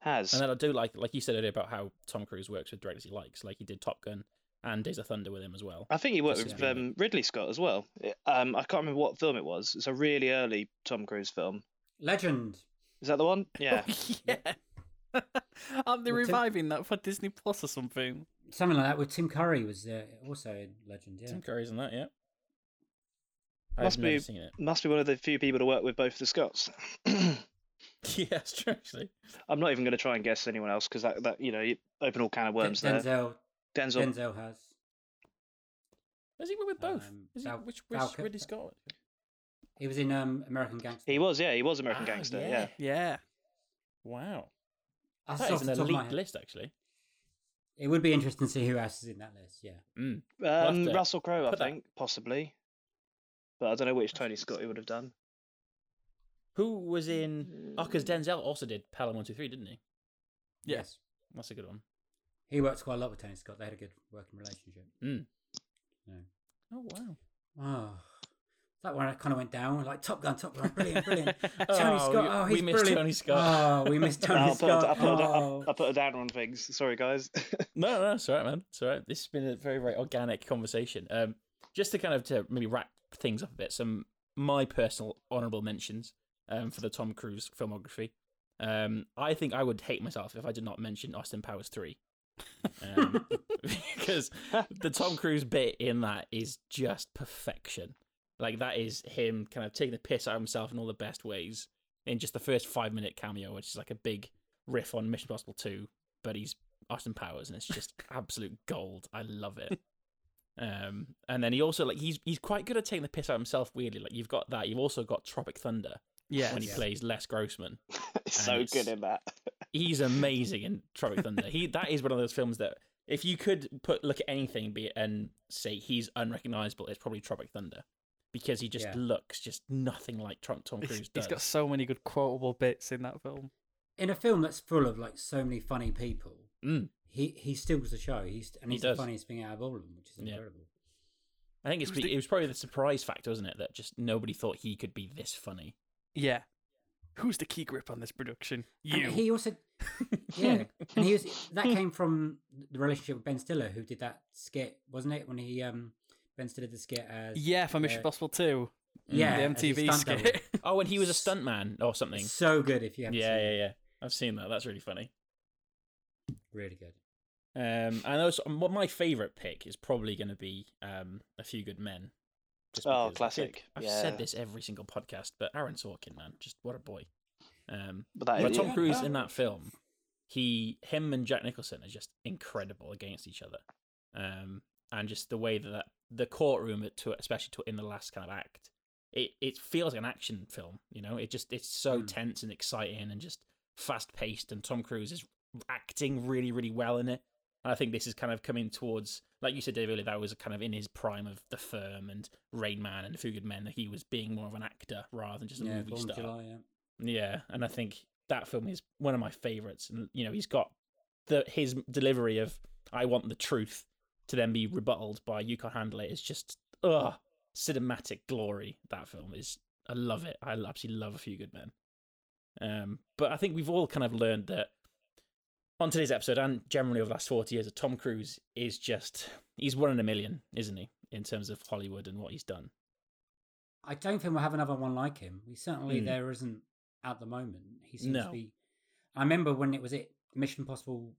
S7: Has
S8: uh,
S5: And then I do like, like you said earlier about how Tom Cruise works with directors he likes. Like he did Top Gun and Days of Thunder with him as well.
S7: I think he worked
S5: That's
S7: with
S5: his remake.
S7: um, Ridley Scott as well. Um, I can't remember what film it was. It's a really early Tom Cruise film.
S8: Legend.
S7: Is that the one? Yeah.
S6: yeah. Aren't they
S8: Well, Tim-
S6: reviving that for Disney Plus or something?
S8: Something like that. With Tim Curry was uh, also in Legend. Yeah.
S5: Tim Curry's in that, yeah.
S7: Must
S5: I've never
S7: be-
S5: seen it.
S7: Must be one of the few people to work with both the Scots.
S5: yeah, it's true, actually.
S7: I'm not even going to try and guess anyone else because that, that you know you open all can of worms
S8: Den-
S7: there.
S8: Denzel.
S7: Denzel.
S8: Denzel has.
S5: Has he been with both?
S8: Um,
S5: Is he,
S8: Val-
S5: which which
S8: Val Kil-
S5: Ridley Scott?
S8: He was in um, American Gangster.
S7: He was yeah he was American
S5: Ah,
S7: Gangster yeah.
S5: yeah.
S6: Yeah.
S5: Wow.
S8: That's
S5: That
S8: off
S5: is an
S8: the top of my
S5: elite
S8: head.
S5: list, actually.
S8: It would be interesting to see who else is in that list. Yeah.
S5: Mm. We'll have
S7: Um,
S5: to
S7: Russell Crowe I
S5: put that-
S7: think possibly, but I don't know which Tony Scott he would have done.
S5: Who was in? Oh, because Denzel also did Palin One Two Three, didn't he?
S8: Yes.
S5: That's a good one.
S8: He works quite a lot with Tony Scott. They had a good working relationship.
S5: Mm.
S8: Yeah.
S5: Oh wow.
S8: Oh, that one kind of went down. We're like Top Gun, Top Gun, brilliant, brilliant. Tony
S5: Oh,
S8: Scott.
S5: we-
S8: Oh,
S5: we
S8: he's
S5: missed
S8: brilliant.
S5: Tony Scott.
S8: Oh, we missed
S7: No,
S8: Tony
S7: I'll put, a,
S8: Scott.
S7: I'll, put a,
S8: oh.
S7: I'll, I'll put a down on things. Sorry guys.
S5: No, no, it's all right, man. It's all right. This has been a very, very organic conversation. Um, just to kind of to maybe wrap things up a bit, some my personal honourable mentions um, for the Tom Cruise filmography. Um, I think I would hate myself if I did not mention Austin Powers three, um, because the Tom Cruise bit in that is just perfection. Like that is him kind of taking the piss out of himself in all the best ways in just the first five minute cameo, which is like a big riff on Mission Impossible two, but he's Austin Powers, and it's just absolute gold. I love it. Um, and then he also like he's he's quite good at taking the piss out of himself. Weirdly, like you've got that. You've also got Tropic Thunder
S6: Yeah.
S5: when he plays Les Grossman.
S7: He's so
S5: And
S7: good
S5: it's-
S7: in that.
S5: He's amazing in Tropic Thunder. He that is one of those films that if you could put look at anything be it, and say he's unrecognizable, it's probably Tropic Thunder because he just
S8: Yeah.
S5: looks just nothing like Trump Tom Cruise
S6: He's-
S5: does.
S6: he's got so many good quotable bits in that film.
S8: In a film that's full of like so many funny people,
S5: Mm.
S8: he he steals the show. He's and
S5: He
S8: he's
S5: does.
S8: the funniest thing out of all of them, which is
S5: Yeah.
S8: incredible.
S5: I think it's
S6: Who's the-
S5: it was probably the surprise factor, wasn't it, that just nobody thought he could be this funny.
S6: Yeah. Who's the key grip on this production? You.
S8: And he also, yeah, and he was that came from the relationship with Ben Stiller, who did that skit, wasn't it? When he um Ben Stiller did the skit as
S6: yeah, for Mission
S8: uh,
S6: Impossible 2.
S8: yeah,
S6: the
S8: as his
S6: MTV
S8: stunt
S6: skit.
S8: double.
S5: Oh, and he was a stuntman or something.
S8: It's so good if you haven't
S5: Yeah,
S8: seen
S5: yeah,
S8: it.
S5: yeah. I've seen that. That's really funny.
S8: really good.
S5: Um, and also, what my favorite pick is probably going to be um, a few good men. Just
S7: Oh,
S5: because I think
S7: classic.
S5: I've
S7: Yeah.
S5: said this every single podcast, but Aaron Sorkin, man, just what a boy. Um,
S7: But that
S5: but
S7: is-
S5: Tom Cruise in that film, he, him, and Jack Nicholson are just incredible against each other. Um, and just the way that the courtroom, at to, especially to, in the last kind of act, it it feels like an action film. You know, it just it's so tense and exciting and just fast paced. And Tom Cruise is acting really really well in it. And I think this is kind of coming towards, like you said, Dave earlier, that was kind of in his prime of The Firm and Rain Man and A Few Good Men. That he was being more of an actor rather than just a
S8: yeah,
S5: movie
S8: Born
S5: star.
S8: July, yeah.
S5: Yeah, and I think that film is one of my favorites. And you know, he's got the his delivery of "I want the truth" to then be rebutted by "You can't handle it." It's just ugh, cinematic glory. That film is. I love it. I absolutely love A Few Good Men. Um, but I think we've all kind of learned that on today's episode and generally over the last 40 years, that Tom Cruise is just, he's one in a million, isn't he, in terms of Hollywood and what he's done.
S8: I don't think we'll have another one like him. We certainly
S5: Mm.
S8: there isn't at the moment. He seems
S5: No.
S8: to be. I remember when it was it Mission Impossible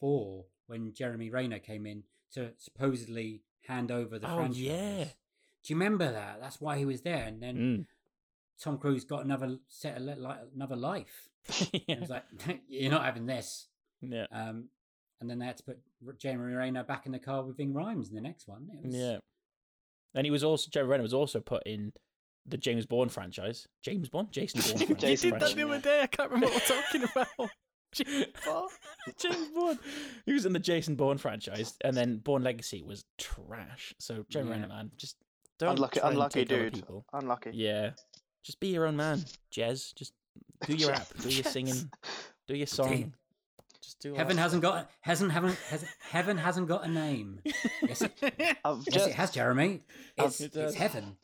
S8: four when Jeremy Rayner came in to supposedly hand over the
S5: Oh,
S8: franchise.
S5: yeah.
S8: Do you remember that? That's why he was there, and then
S5: Mm.
S8: Tom Cruise got another set of li- like another life. And It was like you're not having this.
S5: yeah.
S8: Um, and then they had to put R- Jeremy Rayner back in the car with Ving Rhymes in the next one. It was,
S5: Yeah. And he was also Jerry Renner was also put in the James Bourne franchise. James Bond? Jason Bourne. franchise.
S7: Jason
S6: Did that the other day. I can't remember what we're talking about. James Bond.
S5: James Bourne. He was in the Jason Bourne franchise, and then Bourne Legacy was trash. So Jerry
S8: Yeah.
S5: Renner, man, just don't
S7: unlucky,
S5: try and
S7: unlucky
S5: take other
S7: dude.
S5: people.
S7: Unlucky.
S5: Yeah, just be your own man, Jez. Just do your rap, do your singing, do your song. Just do all
S8: Heaven
S5: that
S8: hasn't got hasn't haven't has heaven hasn't got a name. Yes, it,
S7: I've
S8: yes,
S7: just,
S8: it has, Jeremy. It's,
S5: It does.
S8: it's heaven.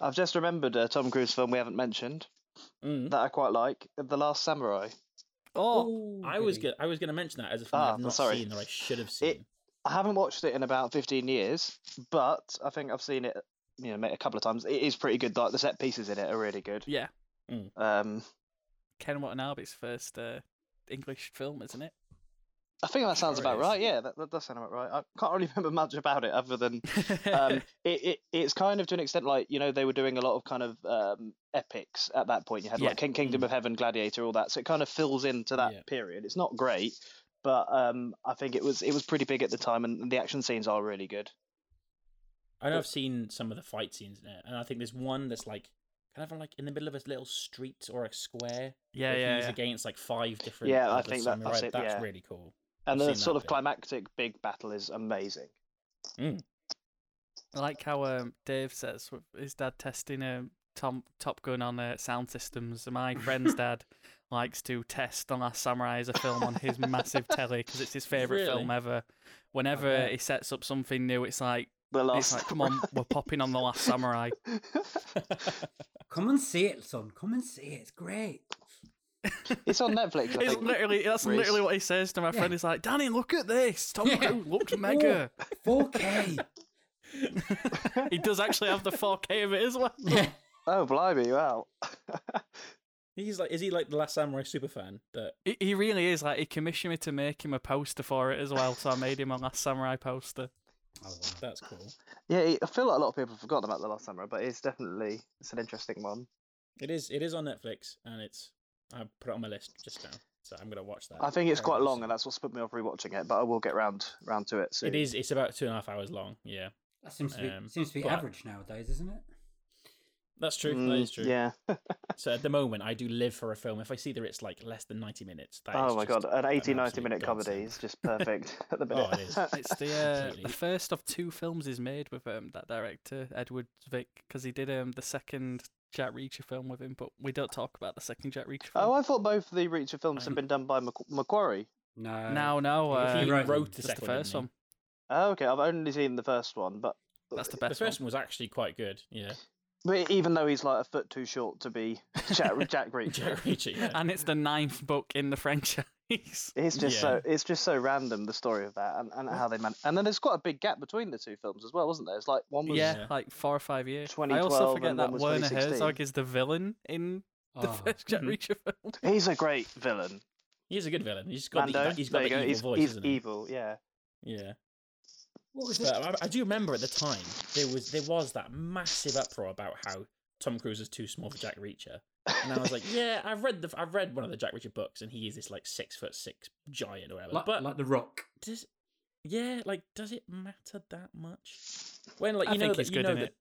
S7: I've just remembered a Tom Cruise film we haven't mentioned
S5: Mm.
S7: that I quite like, The Last Samurai.
S6: Oh,
S8: Ooh,
S5: I was
S8: goody.
S5: go- I was going to mention that as a film
S7: Ah,
S5: I've not
S7: sorry.
S5: seen that I should have seen.
S7: I haven't watched it in about 15 years, but I think I've seen it, you know, ma- a couple of times. It is pretty good. Like the set pieces in it are really good.
S6: yeah.
S7: Um,
S6: Ken Watanabe's first uh, English film, isn't it?
S7: I think that sounds
S5: Sure
S7: about
S5: is.
S7: right. Yeah, that, that does sound about right. I can't really remember much about it other than um, it, it it's kind of to an extent like you know they were doing a lot of kind of um, epics at that point. You had
S6: Yeah.
S7: like King, Kingdom of Heaven, Gladiator, all that. So it kind of fills into that
S5: Yeah.
S7: period. It's not great, but um, I think it was it was pretty big at the time, and the action scenes are really good.
S5: I know I've seen some of the fight scenes in it, and I think there's one that's like kind of like in the middle of a little street or a square.
S6: Yeah,
S5: where
S6: yeah,
S5: He's
S6: yeah.
S5: against like five different.
S7: Yeah, I
S5: other
S7: think that- that's
S5: samurai.
S7: it, yeah.
S5: really cool.
S7: And
S5: I've
S7: the
S5: seen that
S7: sort of
S5: bit.
S7: climactic big battle is amazing.
S6: I like how um, Dave says with his dad testing um, Tom Top Gun on uh, sound systems. My friend's dad likes to test The Last Samurai as a film on his massive telly because it's his favorite film
S5: Really?
S6: ever. Whenever
S5: bet.
S6: he sets up something new, it's like
S7: The
S6: it's
S7: last,
S6: like, come on, we're popping on The Last Samurai.
S8: Come and see it, son. Come and see it. It's great.
S7: it's on Netflix. I
S6: It's
S7: think.
S6: literally that's
S7: Reese.
S6: literally what he says to my friend. He's like, Danny, look at this. Tom
S8: Yeah.
S6: Cruise looks mega.
S8: 4K.
S6: he does actually have the 4K of it as well.
S8: yeah.
S7: Oh blimey! Wow.
S5: He's like, is he like the last samurai super fan? That
S6: He, he really is. Like he commissioned me to make him a poster for it as well, so I made him a Last Samurai poster.
S5: that's cool.
S7: yeah, it- I feel like a lot of people have forgotten about the Last Samurai, but it's definitely it's an interesting one.
S5: It is. It is on Netflix, and it's I put it on my list just now, so I'm gonna watch that.
S7: I think it's
S5: Very
S7: quite long,
S5: soon.
S7: and that's what's put me off rewatching it. But I will get round round to it soon.
S5: It is. It's about two and a half hours long. Yeah,
S8: That seems to be
S5: Um,
S8: seems to be
S5: but-
S8: average nowadays, isn't it?
S5: that's true. that
S7: Mm,
S5: is true.
S7: Yeah.
S5: So at the moment, I do live for a film. If I see that it's like less than ninety minutes, that is
S7: oh my
S5: just
S7: god, an 80, 90
S5: absolute
S7: minute comedy
S5: godsend.
S7: is just perfect at the minute.
S5: Oh, it is.
S6: It's the uh, the
S5: Completely.
S6: first of two films he's made with um, that director Edward Vick because he did um the second Jack Reacher film with him, but we don't talk about the second Jack Reacher
S7: oh,
S6: film. Uh,
S7: I thought both the Reacher films had been done by Mac- Macquarie.
S8: No.
S6: no, no,
S8: if
S6: uh,
S5: He
S8: He
S5: wrote,
S8: wrote
S5: the
S6: just
S5: second
S6: the
S5: one,
S6: first
S5: didn't he?
S6: one.
S7: Oh, okay, I've only seen the first one, but
S6: That's the best.
S5: The first one was actually quite good. Yeah.
S7: but even though he's like a foot too short to be Jack, Jack Reacher,
S5: Jack Reacher. Yeah.
S6: one. and it's the ninth book in the franchise.
S7: It's just
S5: Yeah.
S7: so it's just so random the story of that and, and how they man and then there's quite a big gap between the two films as well, wasn't there? It's like one was
S6: yeah,
S5: Yeah.
S6: like four or five years. I
S7: 2012
S6: also forget
S7: and then
S6: that
S7: was
S6: Werner
S7: 2016.
S6: Herzog is the villain in the
S8: Oh,
S6: first Jack
S5: Mhm.
S6: Reacher film.
S7: he's a great villain.
S5: He's a good villain. He's got
S7: Mando,
S5: the, he's got the
S7: there you go.
S5: evil
S7: He's,
S5: voice,
S7: he's
S5: isn't he?
S7: evil, yeah.
S5: Yeah.
S8: what was it?
S5: But um, I, I do remember at the time there was there was that massive uproar about how Tom Cruise is too small for Jack Reacher, and I was like, yeah, I've read the I've read one of the Jack Reacher books, and he is this like six foot six giant or whatever.
S8: Like,
S5: but
S8: like the Rock.
S5: does yeah, like does it matter that much? When like
S6: I
S5: you know
S6: think
S5: that
S6: he's
S5: you
S6: good
S5: know
S6: in
S5: that
S6: it.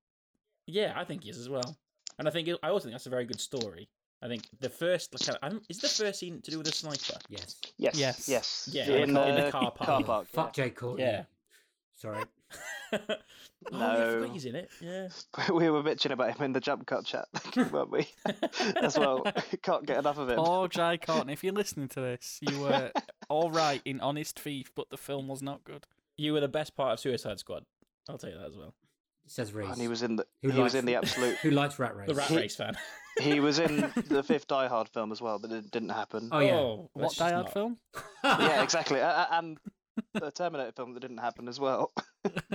S5: Yeah, I think he is as well. And I think I also think that's a very good story. I think the first kind of, I'm, is the first scene to do with a sniper.
S8: Yes.
S7: Yes.
S6: Yes.
S7: Yes.
S5: Yeah,
S7: In,
S5: in the- in the
S7: the
S5: car park.
S7: Car park.
S8: Fuck Jay Courtney.
S5: Yeah.
S8: Sorry.
S5: oh, yeah, I forgot
S7: No.
S5: he's in it. Yeah.
S7: we were bitching about him in the jump cut chat, weren't we? As well, can't get enough of him.
S6: Oh, Jai Courtney, if you're listening to this, you were all right in Honest Thief, but the film was not good.
S5: You were the best part of Suicide Squad. I'll tell you that as well.
S8: Says Reese.
S7: and he was in the
S8: Who
S7: he was
S8: likes-
S7: in the absolute.
S8: Who likes Rat Race?
S5: The Rat
S7: He-
S5: Race fan.
S7: he was in the fifth Die Hard film as well, but it didn't happen.
S8: Oh yeah.
S6: What
S5: let's just
S6: Die Hard
S5: not-
S6: film?
S7: Yeah, exactly. A- a- And the Terminator film that didn't happen as well.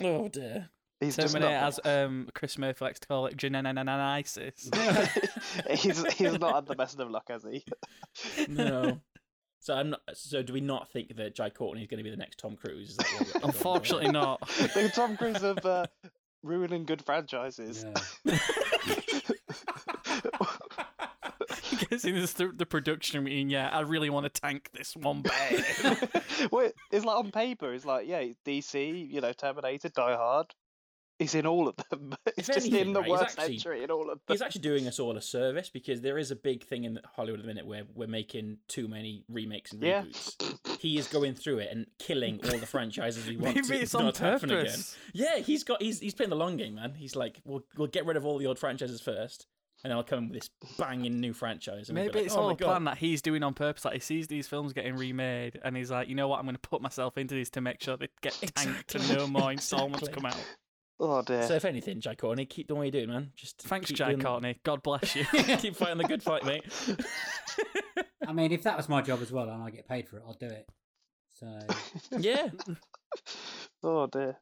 S5: Oh dear.
S7: He's just
S6: Terminator,
S7: not.
S6: as um, Chris Murphy likes to call it, Genesis.
S7: he's he's not had the best of luck, has he?
S5: No. So I'm not, so do we not think that Jai Courtney is going to be the next Tom Cruise? Is that what we're-
S6: Unfortunately, not.
S7: I think Tom Cruise of uh, ruining good franchises.
S8: Yeah.
S6: Because in this, the, the production meeting, yeah, I really want to tank this one bad.
S7: well, it's like on paper, it's like yeah, DC, you know, Terminator, Die Hard. He's in all of them. but It's just
S5: anything,
S7: in the
S5: right, he's
S7: worst
S5: actually-
S7: entry in all of them.
S5: He's actually doing us all a service because there is a big thing in Hollywood at the minute where we're making too many remakes and
S7: Yeah.
S5: reboots. He is going through it and killing all the franchises we want to
S6: Maybe it's on
S5: not happen again.
S6: purpose.
S5: Yeah, he's got he's he's playing the long game, man. He's like, we'll we'll get rid of all the old franchises first, and then I'll come with this banging new franchise. And we'll be
S6: Maybe
S5: like,
S6: it's
S5: "Oh
S6: all
S5: my
S6: a
S5: God."
S6: plan that he's doing on purpose. Like he sees these films getting remade, and he's like, you know what? I'm going to put myself into these to make sure they get tanked and no more installments
S5: Exactly.
S6: come out.
S7: Oh dear.
S5: So if anything, Jai Courtney, keep doing what you're doing, man. Just
S6: Thanks,
S5: keep
S6: Jai
S5: doing-
S6: Courtney. God bless you.
S5: keep fighting the good fight, mate.
S8: I mean, if that was my job as well, and I get paid for it, I'll do it. So
S5: yeah,
S7: Oh dear.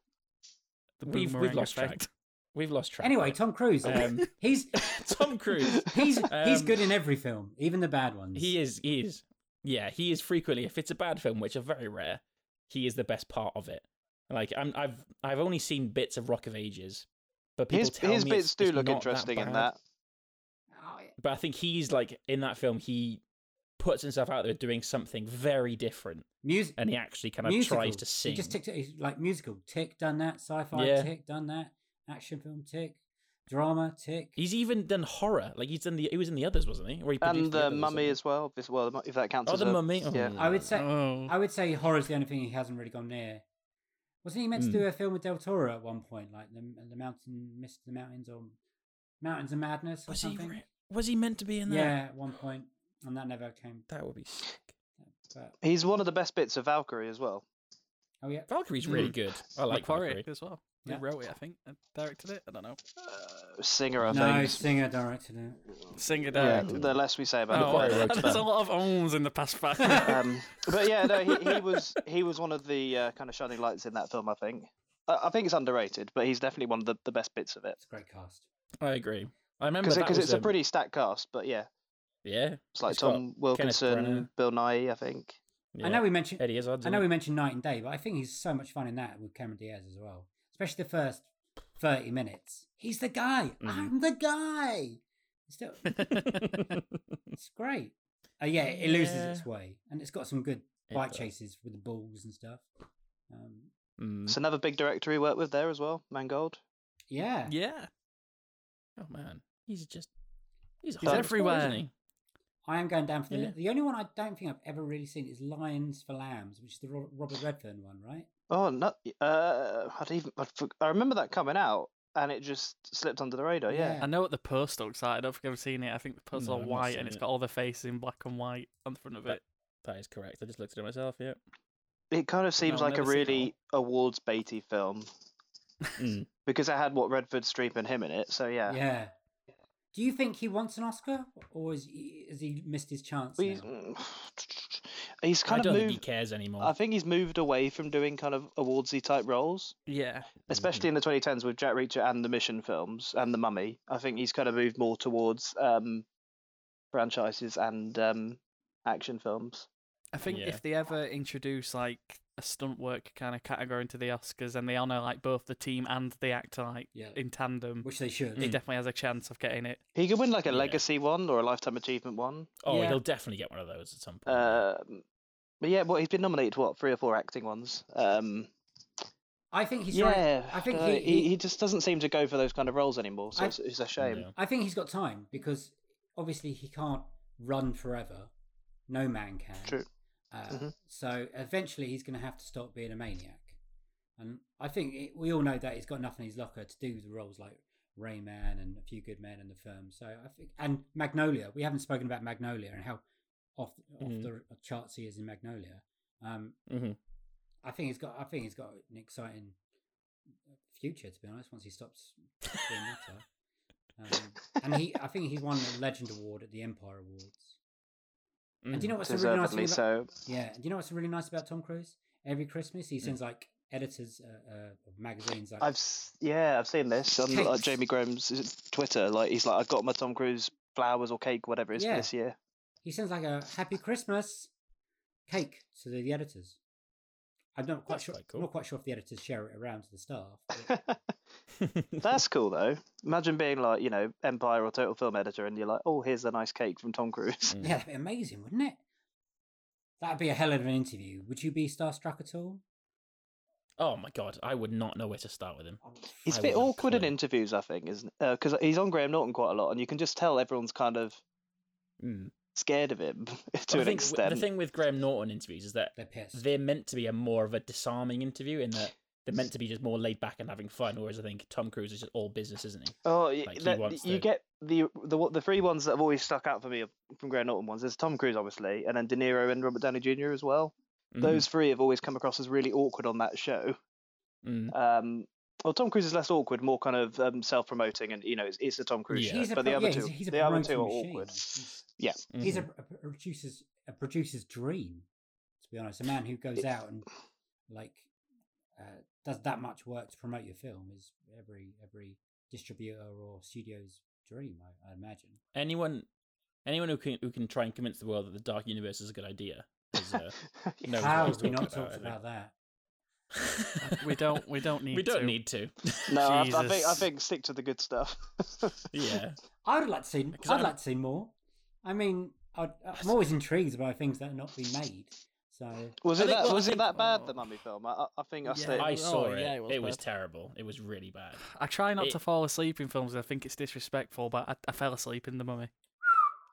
S6: The
S5: we've we've
S6: boomerang
S5: lost
S6: effect.
S5: track. We've lost track.
S8: anyway, Tom Cruise.
S5: Um,
S8: he's
S5: Tom Cruise.
S8: he's he's
S5: Um,
S8: good in every film, even the bad ones.
S5: He is. He is. Yeah, he is frequently. If it's a bad film, which are very rare, he is the best part of it. Like I'm, I've I've only seen bits of Rock of Ages, but people
S7: His
S5: tell
S7: his
S5: me
S7: bits
S5: it's-
S7: do
S5: it's
S7: look
S5: not
S7: interesting
S5: that
S7: in
S5: bad.
S7: that.
S8: Oh, yeah.
S5: But I think he's like in that film. He puts himself out there doing something very different,
S8: Mus-
S5: and he actually kind of
S8: musical.
S5: tries um, to sing.
S8: He just ticked it. He's like musical tick, done that. Sci-fi
S5: Yeah.
S8: tick, done that. Action film tick, drama tick.
S5: He's even done horror. Like he's done the. He was in the others, wasn't he? Or he
S7: And
S5: produced
S7: the
S5: others or
S7: mummy
S5: something.
S7: as well, as well, if that counts
S5: Oh,
S7: as
S5: the
S7: a-
S5: mummy. Oh.
S7: Yeah.
S8: I would say
S6: Oh.
S8: I would say horror's the only thing he hasn't really gone near. Wasn't he meant
S5: Hmm.
S8: to do a film with Del Toro at one point, like the the mountain, Mist of the Mountains, or Mountains of Madness, or
S5: Was he?
S8: something?
S5: re- Was he meant to be in that?
S8: yeah, at one point, and that never came.
S5: That would be sick.
S8: But
S7: He's one of the best bits of Valkyrie as well.
S8: oh yeah,
S5: Valkyrie's really good. I like
S6: Macquarie
S5: Valkyrie.
S6: as well.
S8: Yeah.
S6: They wrote it, I think, and directed it. I don't know.
S7: Uh, singer, I
S8: no
S7: think.
S8: singer directed it.
S6: Singer
S7: Yeah,
S6: directed.
S7: the less we say
S6: Oh,
S7: about it, the
S5: Macquarie
S7: better.
S5: wrote
S6: there's
S5: that.
S6: a lot of owns in the past five.
S7: um, but yeah, no, he, he was he was one of the uh, kind of shining lights in that film. I think I, I think it's underrated, but he's definitely one of the, the best bits of it
S8: It's a great cast.
S5: I agree. I remember
S7: because
S5: that was,
S7: it's a
S5: um,
S7: pretty stacked cast. But yeah,
S5: yeah.
S7: it's like
S5: it's got
S7: Tom
S5: Kenneth Mm-hmm.
S7: Wilkinson,
S5: Branagh.
S7: Bill Nye. I think
S5: yeah.
S8: I know we mentioned.
S5: Eddie Izzard's
S8: I
S5: in
S8: know
S5: it.
S8: we mentioned Night and Day, but I think he's so much fun in that with Cameron Diaz as well, especially the first thirty minutes. He's the guy.
S5: Mm-hmm.
S8: I'm the guy. It's still, it's great. Uh, yeah, it loses
S5: Yeah.
S8: its way, and it's got some good
S5: It
S8: bike
S5: does.
S8: chases with the balls and stuff. Um,
S5: Mm.
S7: it's another big director he worked with there as well, Mangold.
S8: yeah,
S6: yeah.
S5: Oh man, he's just he's, a
S6: He's
S5: hotspot,
S6: everywhere.
S5: isn't he?
S8: I am going down for the.
S5: Yeah.
S8: The only one I don't think I've ever really seen is Lions for Lambs, which is the Ro- Robert Redfern one, right?
S7: Oh, no, uh, I'd even I'd, for- I remember that coming out and it just slipped under the radar. Yeah,
S8: Yeah.
S6: I know what the poster looks like. I don't think I've seen it. I think the poster's
S5: No,
S6: all
S5: I've not
S6: white
S5: seen
S6: and it's
S5: it.
S6: got all the faces in black and white on the front of
S5: That-
S6: it.
S5: That is correct. I just looked at it myself. Yeah.
S7: it kind of seems
S6: I've
S7: like a
S6: never seen it all.
S7: really awards baity film
S5: Mm.
S7: because it had what Redford, Streep, and him in it. So yeah,
S8: Yeah. Do you think he wants an Oscar, or is he, has he missed his chance?
S7: Well, he's, mm,
S8: now?
S7: he's
S5: I
S7: kind
S5: don't
S7: of
S5: think he
S7: moved.
S5: cares anymore.
S7: I think he's moved away from doing kind of awardsy type roles,
S6: Yeah.
S5: Mm-hmm.
S7: especially in the 2010s with Jack Reacher and the Mission films and the Mummy. I think he's kind of moved more towards um, franchises and um, action films.
S6: I think
S5: Yeah.
S6: if they ever introduce like a stunt work kind of category into the Oscars and they honour like both the team and the actor like
S8: Yeah.
S6: in tandem,
S8: Which Mm. they should.
S5: Mm.
S6: he definitely has a chance of getting it.
S7: He could win like a
S5: Yeah.
S7: legacy one or a lifetime achievement one.
S5: oh,
S6: yeah.
S5: he'll definitely get one of those at some
S7: Uh,
S5: point.
S7: Um, but yeah, well, he's been nominated what three or four acting ones. Um,
S8: I think he's
S7: yeah,
S8: trying. I think
S7: uh,
S8: he,
S7: he, he just doesn't seem to go for those kind of roles anymore. So
S8: I-
S7: it's, it's a shame.
S5: No.
S8: I think he's got time because obviously he can't run forever. No man can.
S7: True.
S8: Uh,
S7: Mhm.
S8: So eventually he's going to have to stop being a maniac. And I think it, we all know that he's got enough in his locker to do the roles like Rayman and A Few Good Men and the firm. So I think and Magnolia. We haven't spoken about Magnolia and how off off
S5: Mhm.
S8: the charts he is in Magnolia. Um,
S5: Mhm.
S8: I think he's got. I think he's got an exciting future. To be honest, once he stops doing that. stuff. Um, and he, I think he won the Legend Award at the Empire Awards. And do you know what's a really nice
S7: Deservedly
S8: thing about,
S7: so.
S8: yeah, and do you know what's really nice about Tom Cruise? Every Christmas he sends like editors uh, uh, of magazines like
S7: Hmm. I've s- yeah, I've seen this on like
S8: Cakes.
S7: Jamie Graham's is it Twitter. Like he's like, I got my Tom Cruise flowers or cake, whatever it is
S8: Yeah.
S7: for this year.
S8: he sends like a Happy Christmas cake to the, the editors. I'm not quite
S5: That's
S8: sure.
S5: quite cool.
S8: I'm not quite sure if the editors share it around to the staff. but-
S7: That's cool though. Imagine being like you know Empire or Total Film editor, and you're like, oh, here's a nice cake from Tom Cruise.
S8: yeah, that'd be amazing, wouldn't it? That'd be a hell of an interview. Would you be starstruck at all?
S5: Oh my god, I would not know where to start with him.
S7: He's a
S5: I wouldn't
S7: bit
S5: have
S7: awkward in
S5: clue.
S7: interviews, I think, isn't? Because he's on Graham Norton quite a lot, and you can just tell everyone's kind of scared of him to
S5: Mm. I
S7: an
S5: think w-
S7: extent.
S5: the thing with Graham Norton interviews is that
S8: They're pissed.
S5: they're meant to be a more of a disarming interview in that they're meant to be just more laid back and having fun. Whereas I think Tom Cruise is just all business, isn't he?
S7: Oh, y-
S5: Like, he
S7: that-
S5: wants
S7: you
S5: to-
S7: get the the what- the three ones that have always stuck out for me from Graham Norton ones. There's Tom Cruise, obviously, and then De Niro and Robert Downey Jr. as well.
S5: Mhm.
S7: Those three have always come across as really awkward on that show.
S5: Mm.
S7: Um, well, Tom Cruise is less awkward, more kind of um, self-promoting, and you know, it's, it's the Tom Cruise
S5: Yeah.
S7: show.
S8: He's a
S7: but the
S8: pro-
S7: other
S8: yeah,
S7: two,
S8: he's a- he's a
S7: the other two are
S8: promoting machine.
S7: awkward.
S8: He's-
S7: Yeah,
S8: He's a,
S5: Mm-hmm.
S8: a producer's a producer's dream, to be honest. A man who goes out and like uh, does that much work to promote your film is every every distributor or studio's dream, I, I imagine.
S5: anyone anyone who can who can try and convince the world that the dark universe is a good idea is uh, knows what
S8: How
S5: he's
S8: have we
S5: talking
S8: not talked
S5: I
S8: about that?
S5: think.
S6: We don't. We don't need.
S5: we don't
S6: to.
S5: need to
S7: no, I, I think I
S6: Jesus.
S7: think stick to the good stuff.
S5: yeah
S8: I would like to see. I'd
S5: I'm-
S8: like to see more. I mean, I'd, I'm always intrigued by things that are not been made. So
S7: was
S5: I
S7: it
S5: think-
S7: that
S5: well, I
S7: was it
S5: think-
S7: that bad the
S6: oh.
S7: Mummy film? I, I- I think I
S6: Yeah.
S7: stayed.
S5: i
S6: Oh,
S5: saw it
S6: yeah,
S5: it
S6: it
S5: was,
S6: was bad.
S5: terrible it was really bad
S6: I try not
S5: It-
S6: to fall asleep in films. I think it's disrespectful, but I, I fell asleep in the mummy.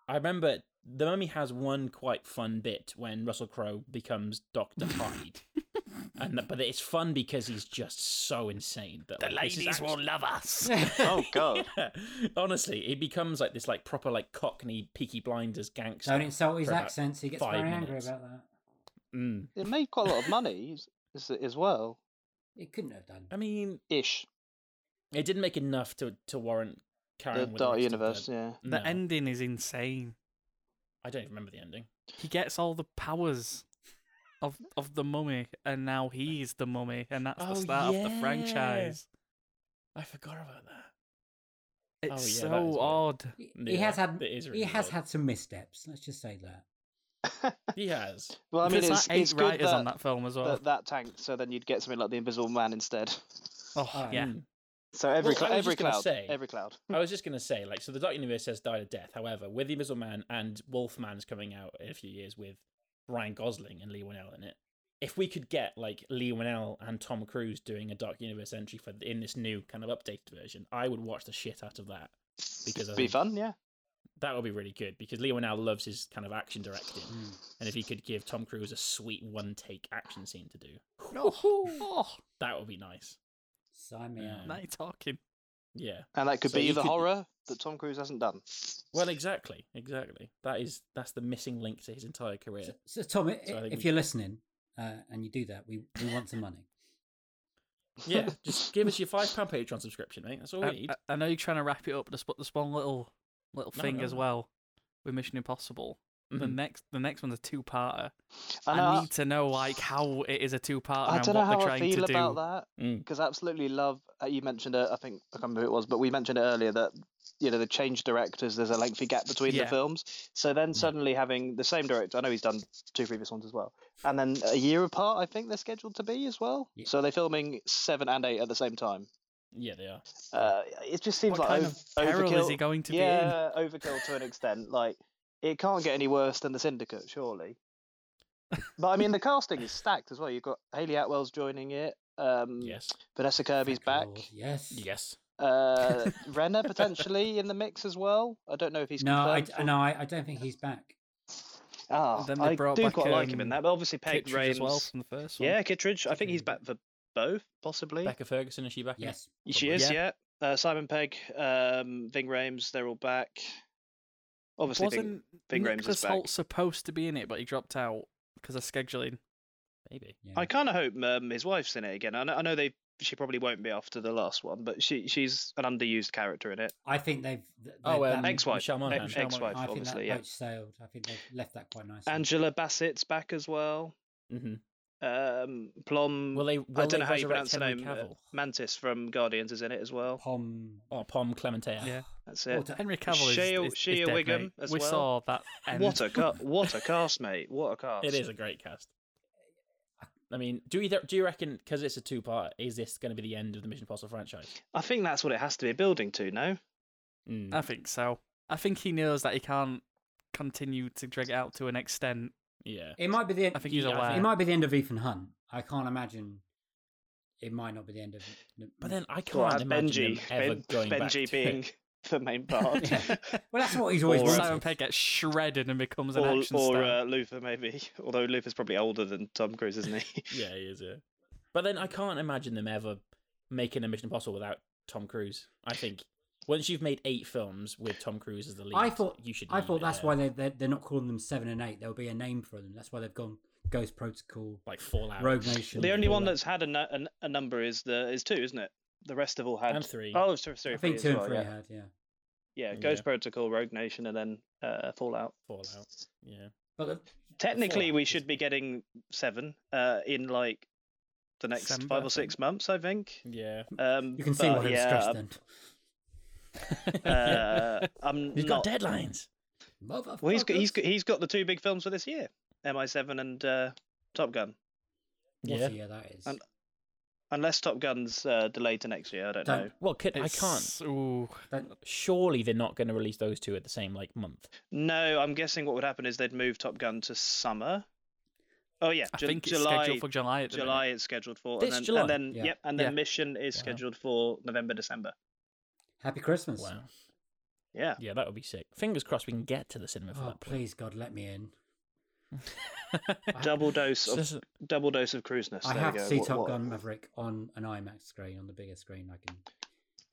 S5: i remember the mummy has one quite fun bit when russell crowe becomes dr hyde and that- but it's fun because he's just so insane that like, this is actually-
S6: love us.
S7: Oh god.
S5: Yeah. honestly it becomes like this like proper like cockney peaky blinders gangster
S8: don't insult his
S5: for about
S8: accents. He gets
S5: five
S8: very angry
S5: minutes.
S8: about that.
S5: Mm.
S7: It made quite a lot of money as, as well,
S8: It couldn't have done.
S5: i mean
S7: ish.
S5: It didn't make enough to to warrant
S7: The
S5: carrying with
S7: Dark
S5: rest of
S7: Universe,
S5: The,
S7: yeah.
S6: The
S5: No,
S6: ending is insane.
S5: I don't even remember the ending.
S6: He gets all the powers of of the mummy, and now he's the mummy, and that's
S5: Oh,
S6: the start of
S5: yeah.
S6: the franchise.
S5: I forgot about that. Oh,
S6: It's
S5: yeah, that is
S6: so
S5: right.
S6: odd.
S8: He, he
S5: Um, Yeah,
S8: has had.
S5: it is
S8: he
S5: really
S8: has
S5: odd.
S8: had some missteps. Let's just say that.
S5: He has.
S7: Well, I mean,
S6: There's
S7: it's,
S6: like eight
S7: it's good
S6: writers
S7: that,
S6: on that film as well.
S7: that that tanked, so then you'd get something like the Invisible Man instead.
S6: oh
S8: Alright.
S6: yeah,
S5: Mm.
S7: So every
S5: Well,
S7: cl-
S5: I was
S7: every
S5: just gonna
S7: cloud,
S5: say-
S7: every cloud.
S5: I was just gonna say, like, so the Dark Universe has died a death. However, with the Invisible Man and Wolfman's coming out in a few years with Ryan Gosling and Lee Winnell in it. If we could get like Lee Winnell and Tom Cruise doing a Dark Universe entry for in this new kind of updated version, I would watch the shit out of that. Because I
S7: be
S5: think-
S7: fun, yeah.
S5: That would be really good because Lee Winnell loves his kind of action directing.
S8: Mm.
S5: And if he could give Tom Cruise a sweet one take action scene to do,
S6: oh,
S5: that would be nice.
S8: Sign me
S5: Yeah.
S8: up.
S6: now you're talking.
S5: Yeah.
S7: And that could
S5: So
S7: be
S5: you
S7: the
S5: could-
S7: horror that Tom Cruise hasn't done.
S5: Well, exactly. Exactly. That is that's the missing link to his entire career.
S8: So, Tom, i
S5: So I think
S8: if
S5: we-
S8: you're listening uh, and you do that, we, we want some money.
S5: Yeah. Just give us your five pound Patreon subscription, mate. That's all
S8: Um,
S5: we
S6: I,
S8: uh,
S5: need.
S6: I, I know you're trying to wrap it up. There's, but there's one little little
S5: No,
S6: thing
S5: no,
S6: as
S5: no.
S6: well with Mission Impossible. The
S5: Mhm.
S6: next the next one's a two parter.
S7: And
S6: I need to know like how it is a two parter
S7: I
S6: and
S7: don't know
S6: what
S7: how
S6: they're
S7: I
S6: trying
S7: feel
S6: to do.
S7: about that
S5: Mm.
S7: because I absolutely love. Uh, you mentioned it, I think I can't remember who it was, but we mentioned it earlier that you know the change directors. There's a lengthy gap between the
S6: Yeah.
S7: films, so then suddenly having the same director. I know he's done two previous ones as well, and then a year apart. I think they're scheduled to be as well.
S8: Yeah.
S7: So they're filming seven and eight at the same time.
S5: Yeah, they are.
S7: Uh, it just seems
S6: What
S7: like
S6: kind
S7: ov-
S6: of peril
S7: overkill.
S6: is he going to be in?
S7: yeah, overkill to an extent. Like it can't get any worse than the Syndicate, surely. But I mean, the casting is stacked as well. You've got Haley Atwell's joining it.
S8: mm.
S7: Um,
S5: Yes.
S7: Vanessa Kirby's
S8: Thank
S7: back.
S8: the Lord. Yes.
S5: Yes.
S7: Uh, Renner potentially in the mix as well. I don't know if he's
S8: No, I,
S7: confirmed.
S8: d- no, I, I don't think he's back.
S7: Ah,
S6: Then they
S7: I
S6: brought
S7: do
S6: back,
S7: quite like him in
S6: um,
S7: that. But obviously, Peg
S6: Kittredge as well
S7: Rames-
S6: from the first one.
S7: Yeah, Kittredge. I think he's back for both, possibly.
S5: Becca Ferguson is she back? in it?
S8: Yes.
S7: She is,
S6: Yeah.
S7: yeah. Uh, Simon Pegg, um, Ving Rames, they're all back. Obviously, Ving,
S6: Wasn't
S7: Ving Rames is
S6: Nicholas
S7: back.
S6: Holt supposed to be in it, but he dropped out because of scheduling?
S5: Maybe.
S8: Yeah.
S7: I kind of hope um, his wife's in it again. I know, I know they. She probably won't be after the last one, but she she's an underused character in it.
S8: I think they've. th-
S5: Oh,
S8: they've
S5: um,
S8: done-
S7: Ex-wife,
S5: Michelle Monaghan.
S7: ex-
S5: Michelle
S7: ex-wife,
S8: I think that
S7: obviously, yeah.
S8: boat sailed. I think they've left that quite nicely.
S7: Angela Bassett's back as well.
S5: Mm-hmm.
S7: Um, Plum.
S5: Will they? Will
S7: I don't
S5: they
S7: know how you
S5: resurrect
S7: pronounce her
S5: Henry
S7: name. uh,
S5: Cavill?
S7: Mantis from Guardians is in it as well.
S8: Pom.
S5: Oh, Pom Clemente.
S6: Yeah.
S7: That's it.
S8: What a-
S6: Henry Cavill is,
S7: Shea-
S6: is, is
S7: Shea
S6: dead,
S7: Wiggum
S6: mate.
S7: as
S6: we
S7: well.
S6: saw that end.
S7: What a ca- what a cast, mate! What a cast!
S5: It is a great cast. I mean, do you do you reckon because it's a two part? Is this going to be the end of the Mission Impossible franchise?
S7: I think that's what it has to be building to. No,
S8: Uh,
S5: Mm.
S6: I think so. I think he knows that he can't continue to drag it out to an extent.
S5: yeah.
S8: It might be the.
S6: I think he's
S5: Yeah, I
S6: aware.
S8: It might be the end of Ethan Hunt. I can't imagine. It might not be the end of.
S5: But then I
S7: Well,
S5: can't
S8: uh,
S7: have
S5: imagine
S7: Benji,
S5: them ever
S7: Ben-
S5: going back
S7: Benji
S5: to-
S7: being the main part,
S8: Yeah. well, that's what he's always
S7: Or-
S8: wanted.
S6: Simon Pegg gets shredded and becomes an
S7: or
S6: action
S7: or
S6: star.
S7: uh, Luther maybe. Although Luther's probably older than Tom Cruise, isn't he?
S5: yeah, he is. Yeah. But then I can't imagine them ever making a Mission Impossible without Tom Cruise. I think once you've made eight films with Tom Cruise as the lead,
S8: I thought
S5: you should. uh,
S8: I thought
S5: leave it
S8: that's
S5: there.
S8: why they're, they're they're not calling them seven and eight. There'll be a name for them. That's why they've gone Ghost Protocol,
S5: like Fallout.
S8: Rogue Nation.
S7: Um, the only one
S8: Fallout.
S7: that's had a, nu- a, n- a number is the is two, isn't it? The rest have all had
S5: And three.
S7: Oh, sorry, sorry,
S8: I think
S7: as
S8: two and
S7: well,
S8: three
S7: yeah.
S8: had. Yeah,
S7: Yeah,
S5: Yeah.
S7: Ghost Protocol, Rogue Nation, and then uh, Fallout.
S5: Fallout. Yeah.
S8: but the-
S7: Technically, we
S5: Fallout
S7: should
S5: is-
S7: be getting seven uh, in like the next
S6: December,
S7: five
S6: I
S7: or six months, I think.
S5: Yeah.
S7: Um,
S8: you can see
S7: but
S8: why he was
S7: yeah,
S8: stressed then.
S7: uh, I'm
S5: He's
S7: not
S5: got deadlines.
S8: Motherfuckers.
S7: Well, he's got, he's got, he's got the two big films for this year: MI7 and uh, Top Gun.
S8: What
S5: Yeah.
S8: a year that is.
S7: And- Unless Top Gun's uh, delayed to next year, I don't,
S8: Don't-
S7: know.
S5: Well, could, I
S6: It's-
S5: can't.
S6: Ooh,
S8: Don't-
S5: Surely they're not going to release those two at the same like month.
S7: No, I'm guessing what would happen is they'd move Top Gun to summer. Oh yeah,
S6: I
S7: Ju-
S6: think it's
S7: July.
S6: scheduled for July. At the
S7: July
S6: minute.
S7: it's scheduled for,
S5: This
S7: and then,
S5: July?
S7: and then
S8: Yeah.
S7: yep, and then
S5: Yeah.
S7: Mission is
S5: Wow.
S7: scheduled for November, December.
S8: Happy Christmas.
S5: Wow.
S7: Yeah,
S5: Yeah, that would be sick. Fingers crossed we can get to the cinema for
S8: Oh,
S5: that.
S8: please, God, let me in.
S7: double dose of
S5: Just-
S7: double dose of cruiseness.
S8: I
S7: there
S8: have
S7: we
S8: to
S7: go.
S8: see
S7: What-
S8: Top
S7: what-
S8: Gun Maverick on an IMAX screen, on the biggest screen I can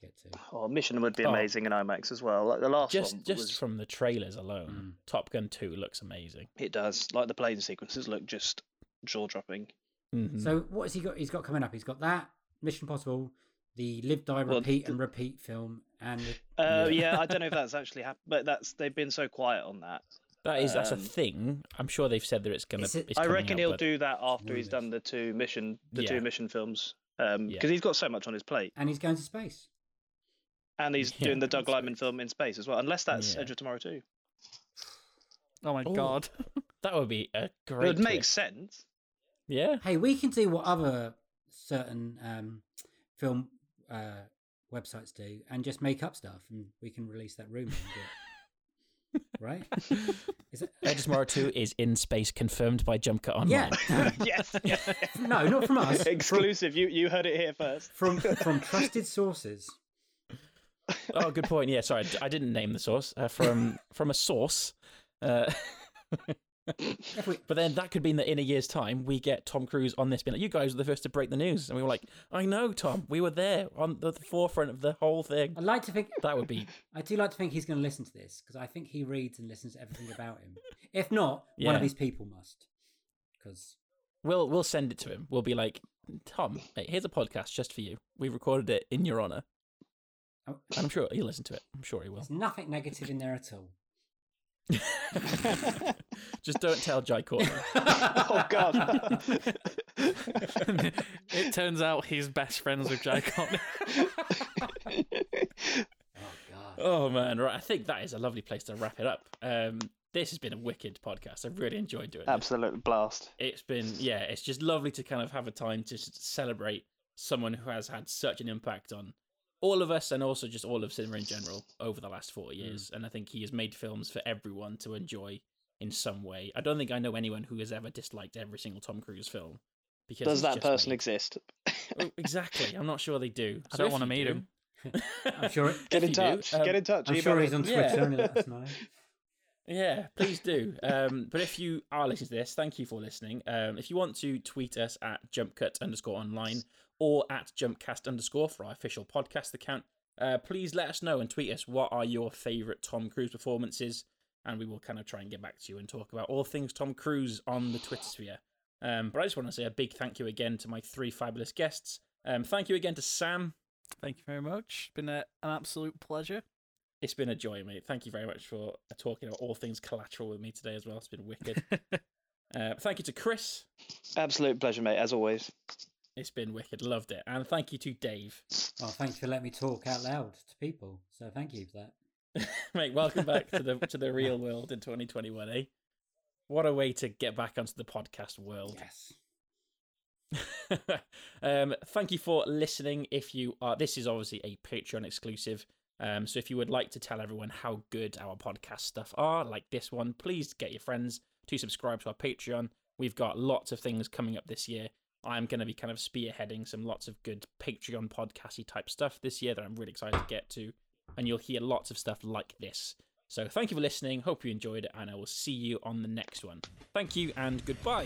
S8: get to.
S7: Oh, Mission would be
S5: Oh.
S7: amazing in IMAX as well. Like the last
S5: just
S7: one
S5: just
S7: was,
S5: from the trailers alone, Top Gun Two looks amazing.
S7: it does. Like the plane sequences look just jaw dropping.
S5: Mhm.
S8: So what has he got? He's got coming up. He's got that Mission Possible, the Live Die
S7: Well,
S8: Repeat
S7: th-
S8: and Repeat film, and the-
S7: Uh, yeah, I don't know if that's actually happened, but that's they've been so quiet on that.
S5: that is that's a
S7: um,
S5: thing. I'm sure they've said that it's gonna.
S8: Is it-
S5: it's
S7: I
S5: coming
S7: reckon
S5: out,
S7: he'll
S5: but-
S7: do that after he's
S8: Rumours.
S7: done the two mission, the
S5: Yeah.
S7: two mission films, because
S5: Yeah.
S7: he's got so much on his plate,
S8: and he's going to space.
S7: and he's
S5: Yeah,
S7: doing the Doug
S5: that's right.
S7: Liman film in space as well. Unless that's
S5: Yeah.
S7: Edge of Tomorrow too,
S6: Oh my
S5: Oh,
S6: god.
S5: That would be a
S7: it
S5: great.
S7: would make
S5: twist.
S7: sense.
S5: Yeah.
S8: Hey, we can do what other certain um, film uh, websites do, and just make up stuff, and we can release that rumor. and get- right? Is it? uh,
S5: Edge of Tomorrow Two is in space, confirmed by Jump Cut Online.
S8: Yeah.
S7: yes,
S8: no, not from us.
S7: exclusive. You you heard it here first.
S8: From from trusted sources.
S5: Oh, good point. Yeah, sorry, I didn't name the source uh, from from a source. Uh,
S8: If we,
S5: But then that could mean that in a year's time we get Tom Cruise on this being like, "You guys were the first to break the news," and we were like, "I know, Tom. We were there on the, the forefront of the whole thing."
S8: I like to think
S5: That would be
S8: I do like to think he's going to listen to this because I think he reads and listens to everything about him. If not, one
S5: Yeah.
S8: of these people must. Because
S5: we'll we'll send it to him. We'll be like, "Tom, mate, here's a podcast just for you. We recorded it in your honor." And I'm sure he'll listen to it. I'm sure he will.
S8: oh, there's nothing negative in there at all.
S5: Just don't tell Jai Courtney.
S7: Oh God,
S6: it turns out he's best friends with Jai Courtney.
S8: Oh god!
S5: Oh man, right. I think that is a lovely place to wrap it up. Um, this has been a wicked podcast. I've really enjoyed doing this.
S7: absolute blast.
S5: it's been yeah it's just lovely to kind of have a time to s- celebrate someone who has had such an impact on all of us and also just all of cinema in general over the last 40 years and i think he has made films for everyone to enjoy in some way. I don't think I know anyone who has ever disliked every single Tom Cruise film. Because
S7: Does
S5: it's
S7: that
S5: just
S7: person
S5: me.
S7: exist?
S5: Oh, exactly. I'm not sure they do.
S6: I
S5: So
S6: don't
S5: if
S6: wanna
S5: you
S6: meet
S5: do-
S6: him.
S8: I'm sure.
S5: If
S7: Get in
S5: you do,
S7: touch.
S5: um,
S7: Get in touch.
S8: I'm
S7: email
S8: sure
S7: us.
S8: he's on Twitter.
S5: Yeah.
S8: and let us know.
S5: Yeah, please do. Um, but if you are listening to this, thank you for listening. Um, if you want to tweet us at jumpcut underscore online or at jumpcast underscore for our official podcast account, uh, please let us know and tweet us what are your favourite Tom Cruise performances, and we will kind of try and get back to you and talk about all things Tom Cruise on the Twitter sphere. Um, but I just want to say a big thank you again to my three fabulous guests. Um, thank you again to Sam.
S6: Thank you very much. It's been a, an absolute pleasure.
S5: It's been a joy, mate. Thank you very much for talking about all things collateral with me today as well. It's been wicked. uh, thank you to Chris.
S7: Absolute pleasure, mate, as always.
S5: It's been wicked. Loved it. And thank you to Dave.
S8: Oh, thanks for letting me talk out loud to people. So thank you for that.
S5: Mate, welcome back to the to the real world in 2021, eh? What a way to get back onto the podcast world.
S8: Yes.
S5: um, thank you for listening. If you are, this is obviously a Patreon exclusive. Um, so if you would like to tell everyone how good our podcast stuff are, like this one, please get your friends to subscribe to our Patreon. We've got lots of things coming up this year. I'm going to be kind of spearheading some lots of good Patreon podcasty type stuff this year that I'm really excited to get to, and you'll hear lots of stuff like this. So thank you for listening. Hope you enjoyed it, and I will see you on the next one. Thank you and goodbye.